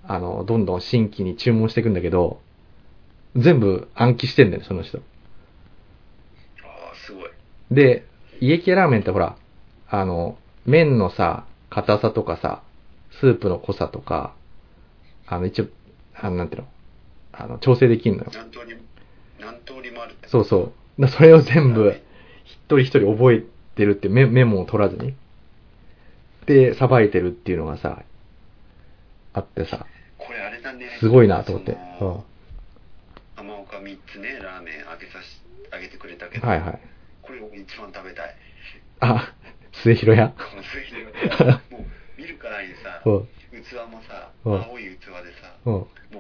Speaker 1: あの、どんどん新規に注文していくんだけど、全部暗記してんだよね、その人。
Speaker 2: ああ、すごい。
Speaker 1: で、家系ラーメンってほら、あの、麺のさ、硬さとかさ、スープの濃さとか、あの、一応、あの、なんていうの、あの、調整できるのよ。
Speaker 2: 何通り、何通りもあるって。
Speaker 1: そうそう。だそれを全部、一人一人覚えてるってメメモを取らずに。で、さばいてるっていうのがさ、あってさ、
Speaker 2: これあれだね。
Speaker 1: すごいなと思って。
Speaker 2: その
Speaker 1: う
Speaker 2: 浜岡3つね、ラーメンあげさし、あげてくれたけ
Speaker 1: ん、
Speaker 2: ど、
Speaker 1: はいはい。
Speaker 2: これ僕一番食べたい。
Speaker 1: あ、末広屋。
Speaker 2: この 水でもう見るからにさ、
Speaker 1: う
Speaker 2: 器
Speaker 1: ん、
Speaker 2: もさ、
Speaker 1: うん
Speaker 2: 青い器でさ、
Speaker 1: うん。
Speaker 2: もう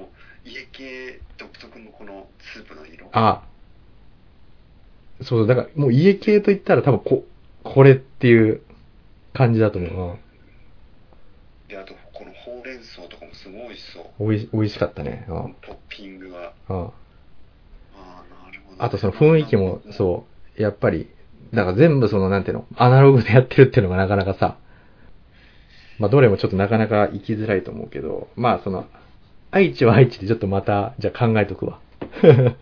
Speaker 2: 家系独特のこのスープの色。
Speaker 1: あ、そう、だからもう家系と言ったら多分こ、これっていう感じだと思
Speaker 2: で、あとこのほうれん草とかもすごい美味しそう。
Speaker 1: う。うん。おいし、美味しかったね。うん。
Speaker 2: トッピングが。
Speaker 1: うん。
Speaker 2: ああ、なるほどね、
Speaker 1: あとその雰囲気も、そう、やっぱり、だから全部その、なんていうの、アナログでやってるっていうのがなかなかさ、まあどれもちょっとなかなか行きづらいと思うけど、まあその、愛知は愛知でちょっとまた、じゃあ考えとくわ。
Speaker 2: う。あと、ま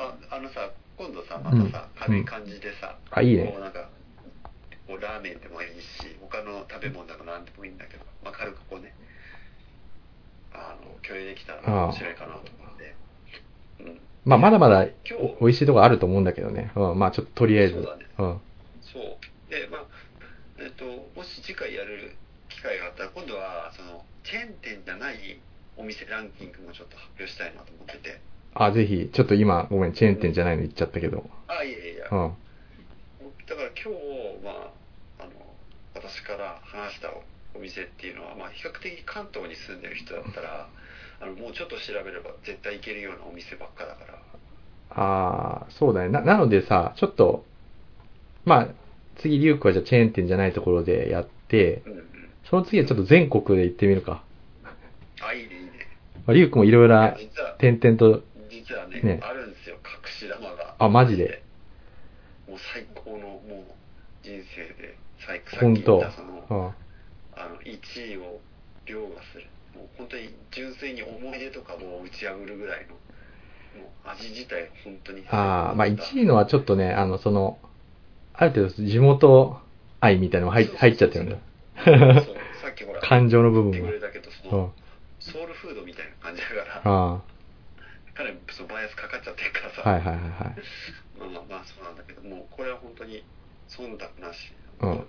Speaker 2: あ、あのさ、今度さ、またさ、
Speaker 1: うん
Speaker 2: 軽い感じでさ、
Speaker 1: あ、いい
Speaker 2: も
Speaker 1: ね
Speaker 2: う。なんか、こうラーメンでもいいし、他の食べ物でもなんでもいいんだけど、まあ、軽くこうね、あの、共有できたら面白いかなと思って。うん。
Speaker 1: まあまだまだ
Speaker 2: 今日
Speaker 1: お、美味しいとこあると思うんだけどね。うん、まあちょっととりあえず。
Speaker 2: そうだね
Speaker 1: うん。
Speaker 2: そう。で、まあ、えっと、もし次回やる機会があったら、今度は、その、チェーン店じゃないお店ランキングもちょっと発表したいなと思ってて。
Speaker 1: あ、ぜひ、ちょっと今、ごめん、チェーン店じゃないの言っちゃったけど。
Speaker 2: あ、いやいやいや。
Speaker 1: う
Speaker 2: だ
Speaker 1: ん。
Speaker 2: から今日、まあ、あの、私から話したお店っていうのは、まあ、比較的関東に住んでる人だったら、あの、もうちょっと調べれば絶対行けるようなお店ばっかだから。
Speaker 1: ああ、そうだね。な、なのでさ、ちょっと、まあ、次、リュウクはじゃあチェーン店じゃないところでやって、
Speaker 2: うんうん。
Speaker 1: その次はちょっと全国で行ってみるか。
Speaker 2: あ、いいね、いいね。
Speaker 1: まあ、リュウ君もいろいろな、
Speaker 2: 実は、
Speaker 1: 点々と、
Speaker 2: 実はね、
Speaker 1: ね
Speaker 2: あるんですよ、隠し玉が。
Speaker 1: あマジで。
Speaker 2: もう最高の、もう、人生で最高。
Speaker 1: 本当
Speaker 2: さっき言ったその、
Speaker 1: うん、
Speaker 2: あの、1位を凌駕する。もう本当に純粋に思い出とかも打ち破るぐらいの、もう味自体本当に。
Speaker 1: ああ、まあ1位
Speaker 2: 位。
Speaker 1: のはちょっとね、あの、その、ある程度地元愛みたいなのも入っ
Speaker 2: そう
Speaker 1: 入っちゃってるんだ。
Speaker 2: そう、さっきほら、
Speaker 1: 感情の部
Speaker 2: 言って
Speaker 1: 分
Speaker 2: くれ
Speaker 1: が。
Speaker 2: たけど、そ
Speaker 1: うん。あ
Speaker 2: の、ソウルフードみたいな感じだから、
Speaker 1: あ、は
Speaker 2: 彼、そのバイアスかかっちゃってるから
Speaker 1: い
Speaker 2: さ、
Speaker 1: はいはいはい。
Speaker 2: まあまあままあそうなんだけどもうこれは本当に忖度なし、
Speaker 1: うん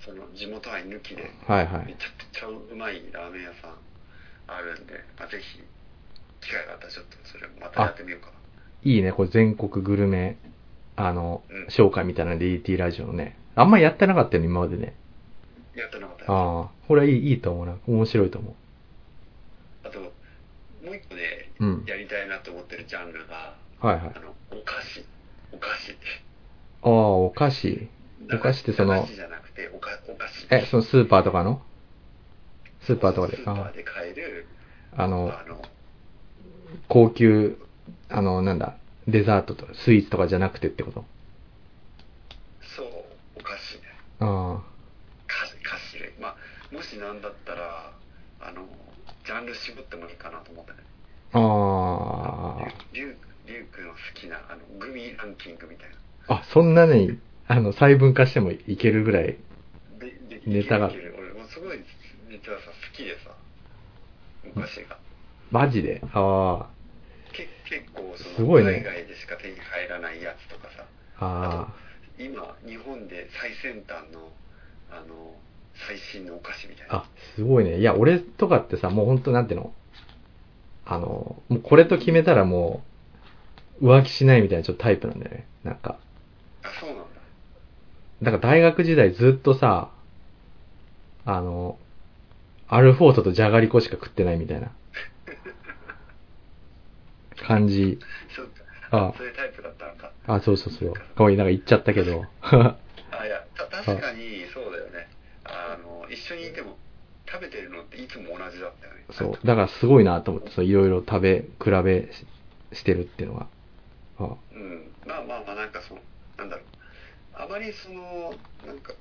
Speaker 2: その地元愛抜きで
Speaker 1: はいは
Speaker 2: め
Speaker 1: い。
Speaker 2: ちゃくちゃうまいラーメン屋さんあるんで、まあ、ぜひ機会があったらちょっとそれまたやってみようか
Speaker 1: いいね、これ全国グルメ、あの
Speaker 2: うん、
Speaker 1: 紹介みたいなので DT ラジオのね。あんまやってなかったよね、今までね。
Speaker 2: やってなかったよ
Speaker 1: ああ、これはいい、いいと思うな。面白いと思
Speaker 2: あともう一個ね
Speaker 1: う。うん。
Speaker 2: やりたいなと思ってるジャンルが
Speaker 1: はいはい
Speaker 2: あ。のお菓子お菓子
Speaker 1: ああ、お菓子。 お菓子ってその
Speaker 2: 駄菓子じゃなくておかお菓子
Speaker 1: え、そのスーパーとかのスーパーとかで
Speaker 2: ス。ーパ
Speaker 1: あ
Speaker 2: ーで買える
Speaker 1: あの、
Speaker 2: あの
Speaker 1: 高級、あの、なんだ、デザートとか、スイーツとかじゃなくてってこと
Speaker 2: そうお菓子ね
Speaker 1: あ
Speaker 2: 菓子菓子類まあもしなんだったらあのジャンル絞ってもいいかなと思ったね
Speaker 1: あ。あ
Speaker 2: リュウリュウ君の好きなあのグミランキングみたいな
Speaker 1: あ。あ、そんなね、あの、細分化してもいけるぐらい。
Speaker 2: でで
Speaker 1: ネタが
Speaker 2: できる俺もすごい実はさ好きでさお菓子が
Speaker 1: マジで。あ
Speaker 2: け結構その
Speaker 1: すごいね
Speaker 2: 海外でしか手に入らないやつとかさ
Speaker 1: あ。あ
Speaker 2: 今日本で最先端のあの最新のお菓子みたい
Speaker 1: あ。
Speaker 2: な
Speaker 1: あ、すごいね。いや、俺とかってさ、もうほんと、なんていうのあの、もうこれと決めたらもう、浮気しないみたいなちょっとタイプなんだよね。なんか。
Speaker 2: あそうなんだ
Speaker 1: だから大学時代ずっとさ、あの、アルフォートとじゃがりこしか食ってないみたいな感じ。
Speaker 2: そうか
Speaker 1: あ
Speaker 2: そういうタイプだったのか
Speaker 1: あ、そうそうそう。かわいい、なんか言っちゃったけど。
Speaker 2: あいやた確かにそうだよねあの一緒にいても食べてるのっていつも同じだったよね
Speaker 1: そう。だからすごいなと思って、そういろいろ食べ、比べししてるっていうのが。あ
Speaker 2: うん、まあまあまあなんかそのなんだろうあまりそのなんか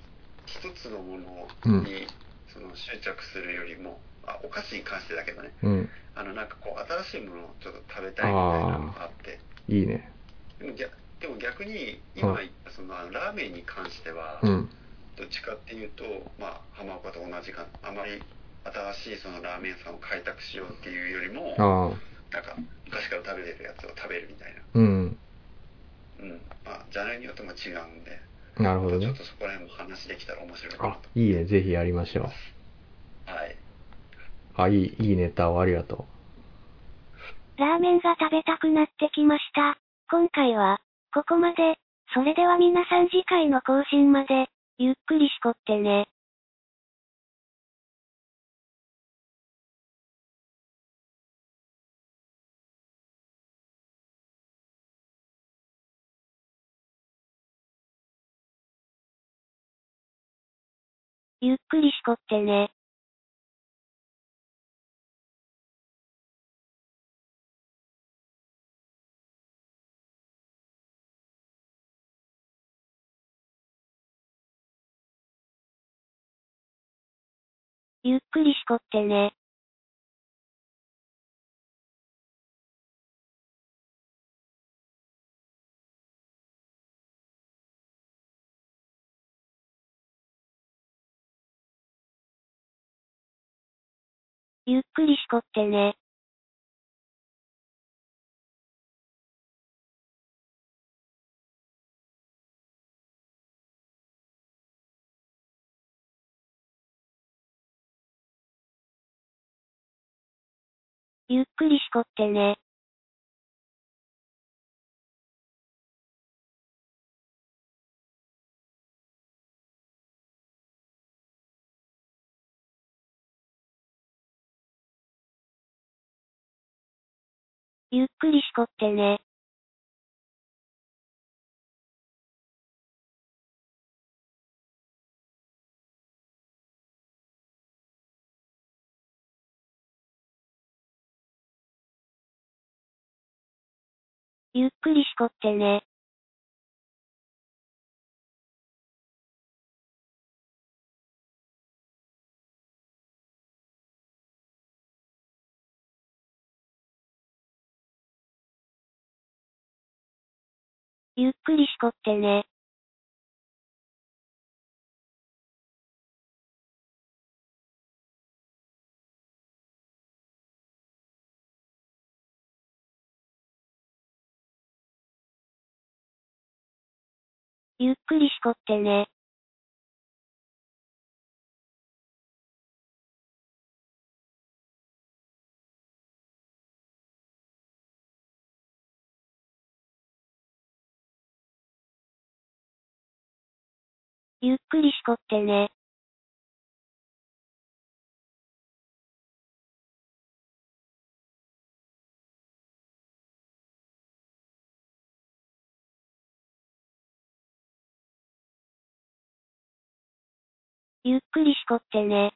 Speaker 2: 一つのものにその執着するよりも、あお菓子に関してだけどね
Speaker 1: うん。
Speaker 2: あのなんかこう新しいものをちょっと食べたいみたいなのがあって
Speaker 1: いいね。
Speaker 2: でも逆でも逆に
Speaker 1: うん
Speaker 2: 今言ったそのあのラーメンに関しては、
Speaker 1: うん。
Speaker 2: どっちかっていうと、まあ、浜岡と同じかあまり新しいそのラーメン屋さんを開拓しようっていうよりも
Speaker 1: ああ。
Speaker 2: なんか昔から食べてるやつを食べるみたいな、
Speaker 1: うん。
Speaker 2: うんまあ、ジャンルによっても違うんで。
Speaker 1: なるほど
Speaker 2: ちょ
Speaker 1: ね
Speaker 2: っ。とそこら辺も話できたら面白いかな
Speaker 1: あ、いいね。ぜひやりましょう。
Speaker 2: と。はい。
Speaker 1: あ、いい、いいネタをありがとう。
Speaker 3: ラーメンが食べたくなってきました。今回は、ここまで。それでは皆さん次回の更新まで、ゆっくりしこってね。ゆっくりしこってね。ゆっくりしこってね。ゆっくりしこってね。ゆっくりしこってね。ゆっくりしこってね。ゆっくりしこってね。ゆっくりしこってね。ゆっくりしこってね。ゆっくりしこってね。ゆっくりしこってね。